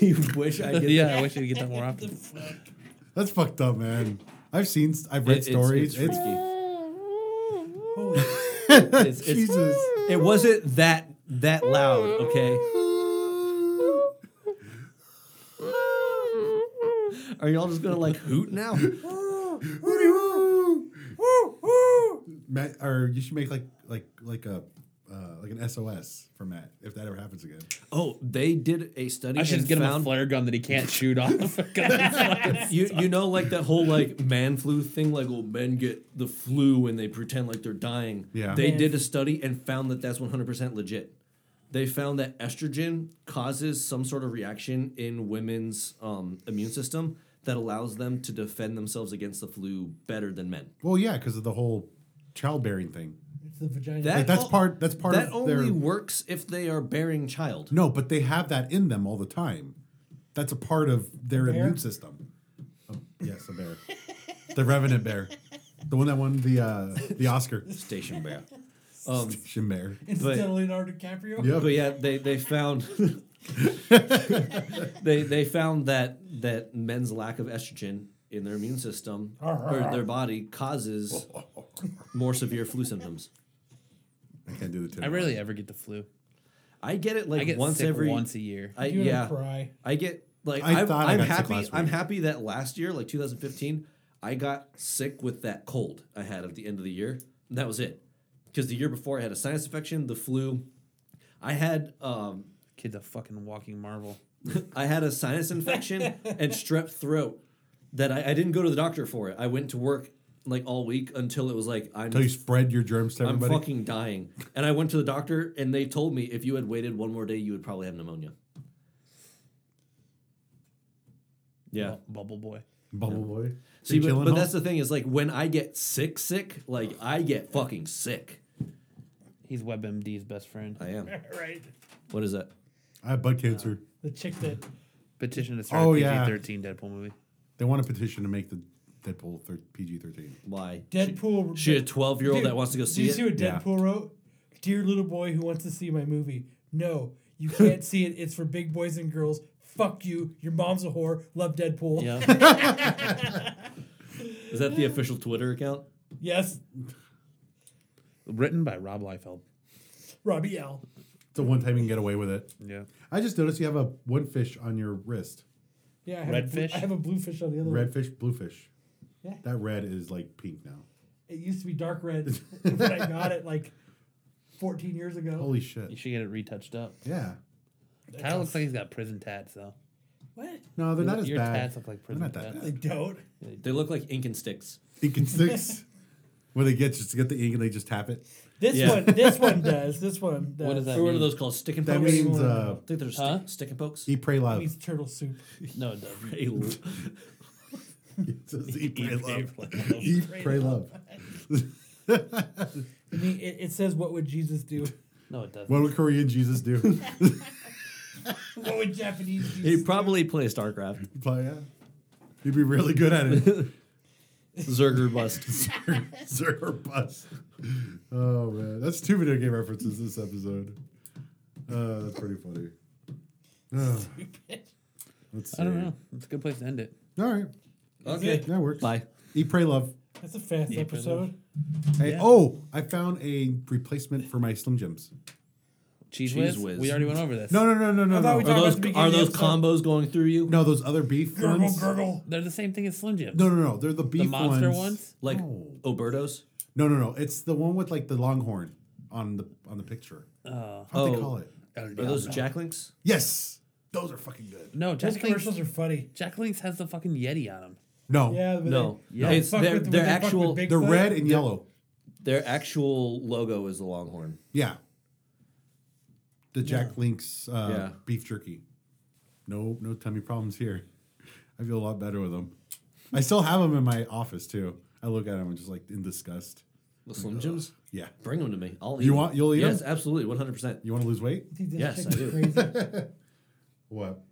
S5: you wish Ah. I did.
S6: yeah, I wish he'd get that more often.
S2: That's fucked up, man. I've seen. I've read
S5: It- it's-
S2: stories.
S5: It's,
S2: It's,
S5: freaky.
S4: Holy
S5: It's- it's-
S2: Jesus.
S5: it wasn't that that loud. Okay. Are y'all just gonna like hoot now?
S2: Matt, or you should make like like like a uh, like an SOS for Matt if that ever happens again.
S5: Oh, they did a study.
S6: I should
S5: and
S6: just get him a
S5: found,
S6: flare gun that he can't shoot off.
S5: you you know like that whole like man flu thing like well men get the flu and they pretend like they're dying
S2: Yeah.
S5: they
S4: Man
S5: did a
S4: flu.
S5: study and found that that's 100% legit they found that estrogen causes some sort of reaction in women's um, immune system that allows them to defend themselves against the flu better than men
S2: Well, yeah, because of the whole childbearing thing.
S4: it's the vagina.
S5: That-
S2: Like that's
S5: Oh,
S2: part. That's part
S5: that
S2: of
S5: only
S2: their.
S5: works if they are bearing child
S2: no, but they have that in them all the time. That's a part of their
S4: bear?
S2: immune system. Oh, yes, a bear, the revenant bear, the one that won the uh, the Oscar.
S5: station bear um,
S2: Shin bear.
S5: but-
S4: Instead of Leonardo DiCaprio.
S2: Yep.
S5: But yeah, they they found they they found that that men's lack of estrogen in their immune system or their body causes more severe flu symptoms.
S2: I can't do the.
S6: I rarely ever get the flu.
S5: I get it like
S6: I get
S5: once
S6: sick
S5: every
S6: once a year.
S5: I,
S4: You yeah.
S5: yeah,
S4: cry.
S5: I get like
S2: I
S5: I am
S2: thought I
S5: I'm
S2: got sick
S5: happy.
S2: last
S5: I'm
S2: week.
S5: happy that last year, like 2015, I got sick with that cold I had at the end of the year. And that was it, because the year before I had a sinus infection, the flu. I had um,
S6: Kid's a fucking walking marvel.
S5: I had a sinus infection and strep throat that I, I didn't go to the doctor for it. I went to work like all week until it was like I'm
S2: Until you spread your germs to
S5: I'm
S2: everybody.
S5: fucking dying. And I went to the doctor and they told me if you had waited one more day you would probably have pneumonia. Yeah.
S6: Bu- Bubble boy.
S2: Bubble boy.
S5: See,
S2: Jake
S5: but, but
S2: Gyllenhaal?
S5: that's the thing is like when I get sick, sick, like I get fucking sick.
S6: He's WebMD's best friend.
S5: I am.
S4: Right.
S5: What is that?
S2: I have bug cancer.
S4: The chick that
S6: Petition to start
S2: Oh,
S6: a
S2: yeah.
S6: PG-13 Deadpool movie.
S2: They want a petition to make the Deadpool thir- PG thirteen.
S5: Why?
S4: Deadpool.
S5: She, she a twelve year old
S4: Dude,
S5: that wants to go
S4: did
S5: see
S4: you
S5: it.
S4: see what
S2: Yeah.
S4: Deadpool wrote? Dear little boy who wants to see my movie. No, you can't see it. It's for big boys and girls. Fuck you. Your mom's a whore. Love Deadpool.
S6: Yeah.
S5: Is that the official Twitter account?
S4: Yes,
S6: Written by Rob Liefeld.
S4: Robbie L.
S2: It's the one time you can get away with it.
S6: Yeah.
S2: I just noticed you have a one fish on your wrist.
S4: Yeah, I have
S6: Red
S4: a blue,
S6: fish?
S4: I have a blue fish on the other
S2: Red
S4: one.
S2: fish, blue fish.
S4: Yeah.
S2: That red is like pink now.
S4: It used to be dark red when I got it like 14 years ago.
S2: Holy
S6: You
S2: shit.
S6: should get it retouched up.
S2: Yeah.
S6: Kyle looks like he's got prison tats though.
S4: What?
S2: No, they're not as
S6: Your
S2: bad.
S6: tats look like
S2: They're
S6: prison
S2: not that bad.
S6: tats.
S4: They don't.
S5: They look like ink and sticks.
S2: Ink and sticks. Where they get just to get the ink and they just tap it.
S4: This
S5: Yeah.
S4: one. This one does. This one does.
S6: What does that
S5: Or what are
S6: mean?
S5: those called? Stick and
S2: That
S5: pokes?
S2: means
S4: more
S2: uh,
S5: I think they're
S6: Huh?
S5: stick, stick and pokes.
S2: eat, pray,
S4: It
S2: love.
S4: means turtle soup.
S6: No, it doesn't.
S2: It says eat, pray, love.
S6: Pray, love.
S2: Eat, pray, love.
S4: I mean, it, it says, "What would Jesus do?
S6: No, it doesn't.
S2: What would Korean Jesus do?
S4: what would Japanese Jesus?"
S5: He
S4: do?
S5: probably plays StarCraft.
S2: Play, yeah. He'd be really good at it.
S5: Zerger bust.
S2: Zerg or bust. Oh man, that's two video game references this episode. Uh, that's pretty funny. Uh, let's see.
S6: I don't know. It's a good place to end it.
S2: All right,
S5: Okay.
S2: that works.
S5: Bye.
S2: Eat, pray, love.
S4: That's a fast
S6: Yeah, pretty
S4: episode.
S2: Hey,
S6: Yeah.
S2: oh, I found a replacement for my Slim Jims.
S6: Cheese,
S5: Cheese
S6: whiz?
S5: whiz.
S6: We already went over this.
S2: No, no, no, no, no,
S4: I
S2: no.
S4: thought we
S5: Are
S4: talked-
S5: those
S4: Talk about the
S5: are
S4: beginning
S5: those
S4: of-
S5: combos going through you?
S2: no, those other beef
S4: Gurgle,
S2: ones.
S4: gurgle.
S6: They're the same thing as Slim Jims.
S2: No, no, no. They're the beef
S6: monster
S2: ones.
S6: ones?
S5: Like
S2: No.
S5: Oberto's?
S2: No, no, no. It's the one with like the longhorn on the on the picture.
S4: Uh.
S6: Oh.
S2: How would they
S5: Oh.
S2: call it?
S5: Are those Jack Links?
S2: Yes, those are fucking good.
S6: No,
S4: Those
S6: Jack Links,
S4: commercials are funny.
S6: Jack Links has the fucking Yeti on him.
S2: No,
S4: Yeah. but
S5: No.
S4: they-
S6: Yeah.
S5: It's,
S4: Fuck
S5: their,
S4: with-
S5: their
S4: they fuck with
S5: actual
S4: Bigfoot.
S2: they're red and yellow.
S5: their actual logo is the Longhorn.
S2: Yeah, the Jack Link's uh,
S5: Yeah.
S2: beef jerky. No, no tummy problems here. I feel a lot better with them. I still have them in my office too. I look at them and just like in disgust.
S5: The Slim Jims?
S2: Yeah,
S5: Bring them to me. I'll eat
S2: You
S5: them.
S2: want- you'll eat
S5: Yes,
S2: them?
S5: absolutely. 100%.
S2: you want to lose weight?
S4: Dude, this
S5: Yes,
S4: chick's
S5: I do.
S4: Crazy.
S2: What?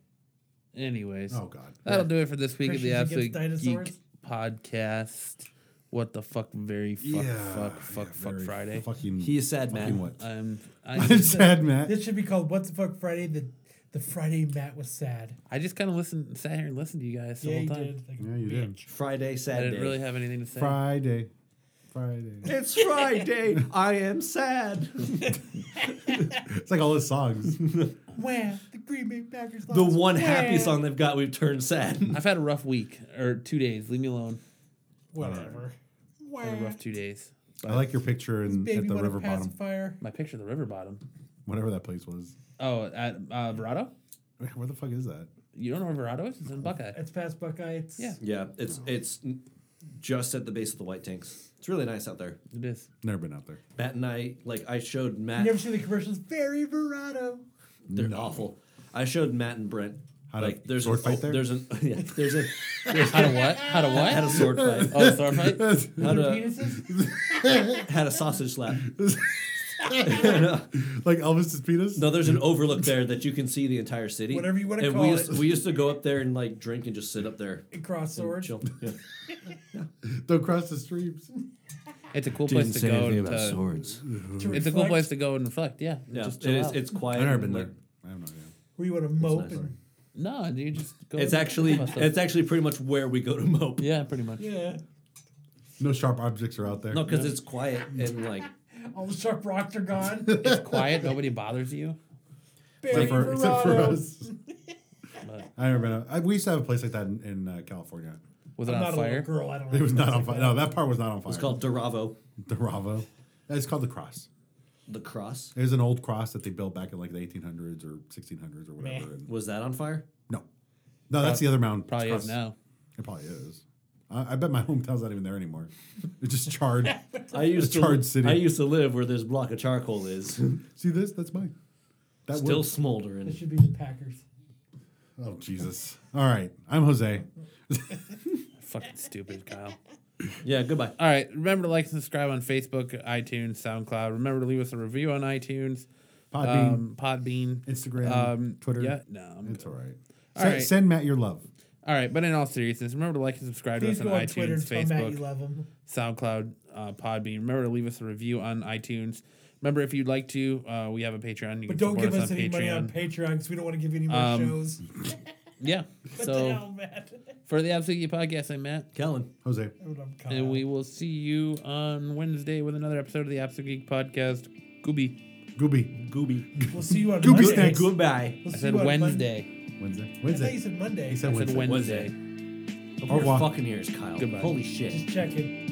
S6: Anyways,
S2: Oh God.
S6: that'll do it for this week of the
S4: Christians
S6: Absolute
S4: against
S6: Geek
S4: dinosaurs?
S6: podcast. What the fuck? Very fuck, fuck, fuck,
S2: yeah,
S6: fuck
S2: very
S6: Friday.
S2: Fucking.
S5: He is sad,
S2: fucking
S5: man.
S2: what?
S6: I'm, I,
S2: I'm
S6: just,
S2: sad, Matt.
S4: This should be called "What the Fuck Friday." The the Friday Matt was sad.
S6: I just kind of listened, sat here and listened to you guys the
S4: yeah,
S6: whole
S4: you
S6: time.
S4: did. Like a
S2: Yeah, you did.
S4: bitch.
S5: Friday,
S6: I
S5: sad
S6: didn't
S5: day.
S6: really have anything to say.
S2: Friday. Friday.
S5: it's Friday. I am sad.
S2: It's like all his songs.
S4: Wow, the Green Bay Packers.
S5: the
S4: lost.
S5: one happy
S4: Wow.
S5: song they've got, we've turned sad.
S6: I've had a rough week or two days. Leave me alone.
S4: Whatever.
S6: I had a
S4: Wow.
S6: rough two days.
S2: I like your picture in,
S4: Baby,
S2: at the
S4: what
S2: river
S4: a
S2: bottom,
S4: pacifier.
S6: My picture of the river bottom.
S2: whatever that place was.
S6: Oh, at uh, Verado?
S2: Wait, Where the fuck is that?
S6: You don't know where Verado is? It's in Buckeye.
S4: It's past Buckeye. It's
S6: Yeah.
S5: yeah, it's it's just at the base of the White Tanks. It's really nice out there.
S6: It is.
S2: Never been out there.
S5: Matt and I, like, I showed Matt.
S4: You never seen the commercials? Very Verado.
S5: They're awful. I showed Matt and Brent.
S2: How to
S5: like there's
S2: sword
S5: an,
S2: fight
S5: oh,
S2: there?
S5: There's an yeah, there's a there's
S6: How to what? How to what?
S5: had a sword fight.
S6: Oh, the sword fight?
S5: Had a,
S4: Penises?
S5: had a sausage slap.
S2: like Elvis's penis?
S5: No, there's an overlook there that you can see the entire city.
S4: Whatever you wanna
S5: and
S4: call
S5: we
S4: it.
S5: Used, we used to go up there and like drink and just sit up there.
S4: And cross swords.
S5: Chill. Yeah.
S2: Don't cross the streams.
S6: It's a cool place to go. and to-
S5: swords.
S4: to
S6: It's a cool
S4: reflect
S6: place to go and reflect. Yeah.
S5: Yeah,
S6: Just
S5: it
S6: chill
S5: is.
S6: out.
S5: It's quiet.
S2: I've never
S5: and,
S2: been
S5: like,
S2: there. I have no idea.
S4: Where you want to mope.
S5: nice.
S4: and,
S6: no, you just go.
S5: It's
S6: and
S5: actually
S6: talk about stuff.
S5: it's actually pretty much where we go to mope.
S6: yeah, pretty much.
S4: yeah.
S2: No sharp objects are out there.
S5: No, because it's quiet and like
S4: All the sharp rocks are gone.
S6: It's quiet. Nobody bothers you.
S4: Very
S2: for, except for
S4: Verado.
S2: us. I never been out. I, we used to have a place like that in, in uh, California.
S6: Was it
S4: I'm
S6: on
S4: not a little
S6: fire?
S4: girl. I don't
S2: It
S4: like
S2: was
S4: things
S2: not on
S4: like
S2: fire.
S4: that.
S2: No, that part was not on fire.
S5: it's called Doravo,
S2: the Ravo. It's called the cross.
S5: the cross.
S2: There's an old cross that they built back in like the 1800s or 1600s or whatever.
S4: Meh.
S2: and-
S5: Was that on fire?
S2: no, no, that's the other mountain.
S6: Probably
S2: It's
S6: is
S2: cross.
S6: now.
S2: It probably is. I, I bet my hometown's not even there anymore. It's just charred.
S5: I used to
S2: charred city.
S5: I used to live where this block of charcoal is
S2: See this? That's mine. That
S5: still
S2: works.
S4: It
S5: smoldering.
S4: should be the Packers.
S2: Oh Jesus! All right, I'm Jose.
S6: Fucking stupid, Kyle.
S5: Yeah, goodbye.
S6: All right. Remember to like and subscribe on Facebook, iTunes, SoundCloud. Remember to leave us a review on iTunes,
S2: Podbean,
S6: um, Podbean,
S2: Instagram,
S6: um,
S2: Twitter.
S6: Yeah, no. I'm
S2: It's
S6: good.
S2: all right.
S6: All
S2: Send-
S6: right.
S2: Send Matt your love.
S6: All right. But in all seriousness, remember to like and subscribe
S4: Please
S6: to us
S4: go
S6: on,
S4: on
S6: iTunes,
S4: Twitter and E tell Matt you
S6: Facebook,
S4: love him.
S6: SoundCloud, uh, Podbean. Remember to leave us a review on iTunes. Remember, if you'd like to, uh, we have a Patreon. You
S4: But
S6: can
S4: don't
S6: support
S4: give us
S6: on
S4: any
S6: Patreon.
S4: money on Patreon because we don't want to give you any more
S6: Um,
S4: shows.
S6: Yeah.
S4: What the
S6: so
S4: hell, Matt?
S6: for the Absolute Geek Podcast, I'm Matt,
S5: Kellen.
S2: Jose.
S4: I'm
S6: and
S4: Kyle.
S6: we will see you on Wednesday with another episode of the Absolute Geek Podcast. Gooby.
S2: Gooby.
S5: Gooby.
S4: We'll see you on
S2: Goose
S4: Monday.
S2: Thanks.
S5: Goodbye.
S4: We'll
S6: I
S4: see
S6: said
S4: you on Mon-
S6: Wednesday.
S2: Wednesday.
S4: I thought you
S2: Wednesday.
S4: said Monday.
S2: He said
S6: I said
S2: Wednesday.
S6: Wednesday.
S5: Or
S2: walk.
S5: fucking ears, Kyle.
S6: Goodbye.
S5: Holy shit.
S4: Just checking.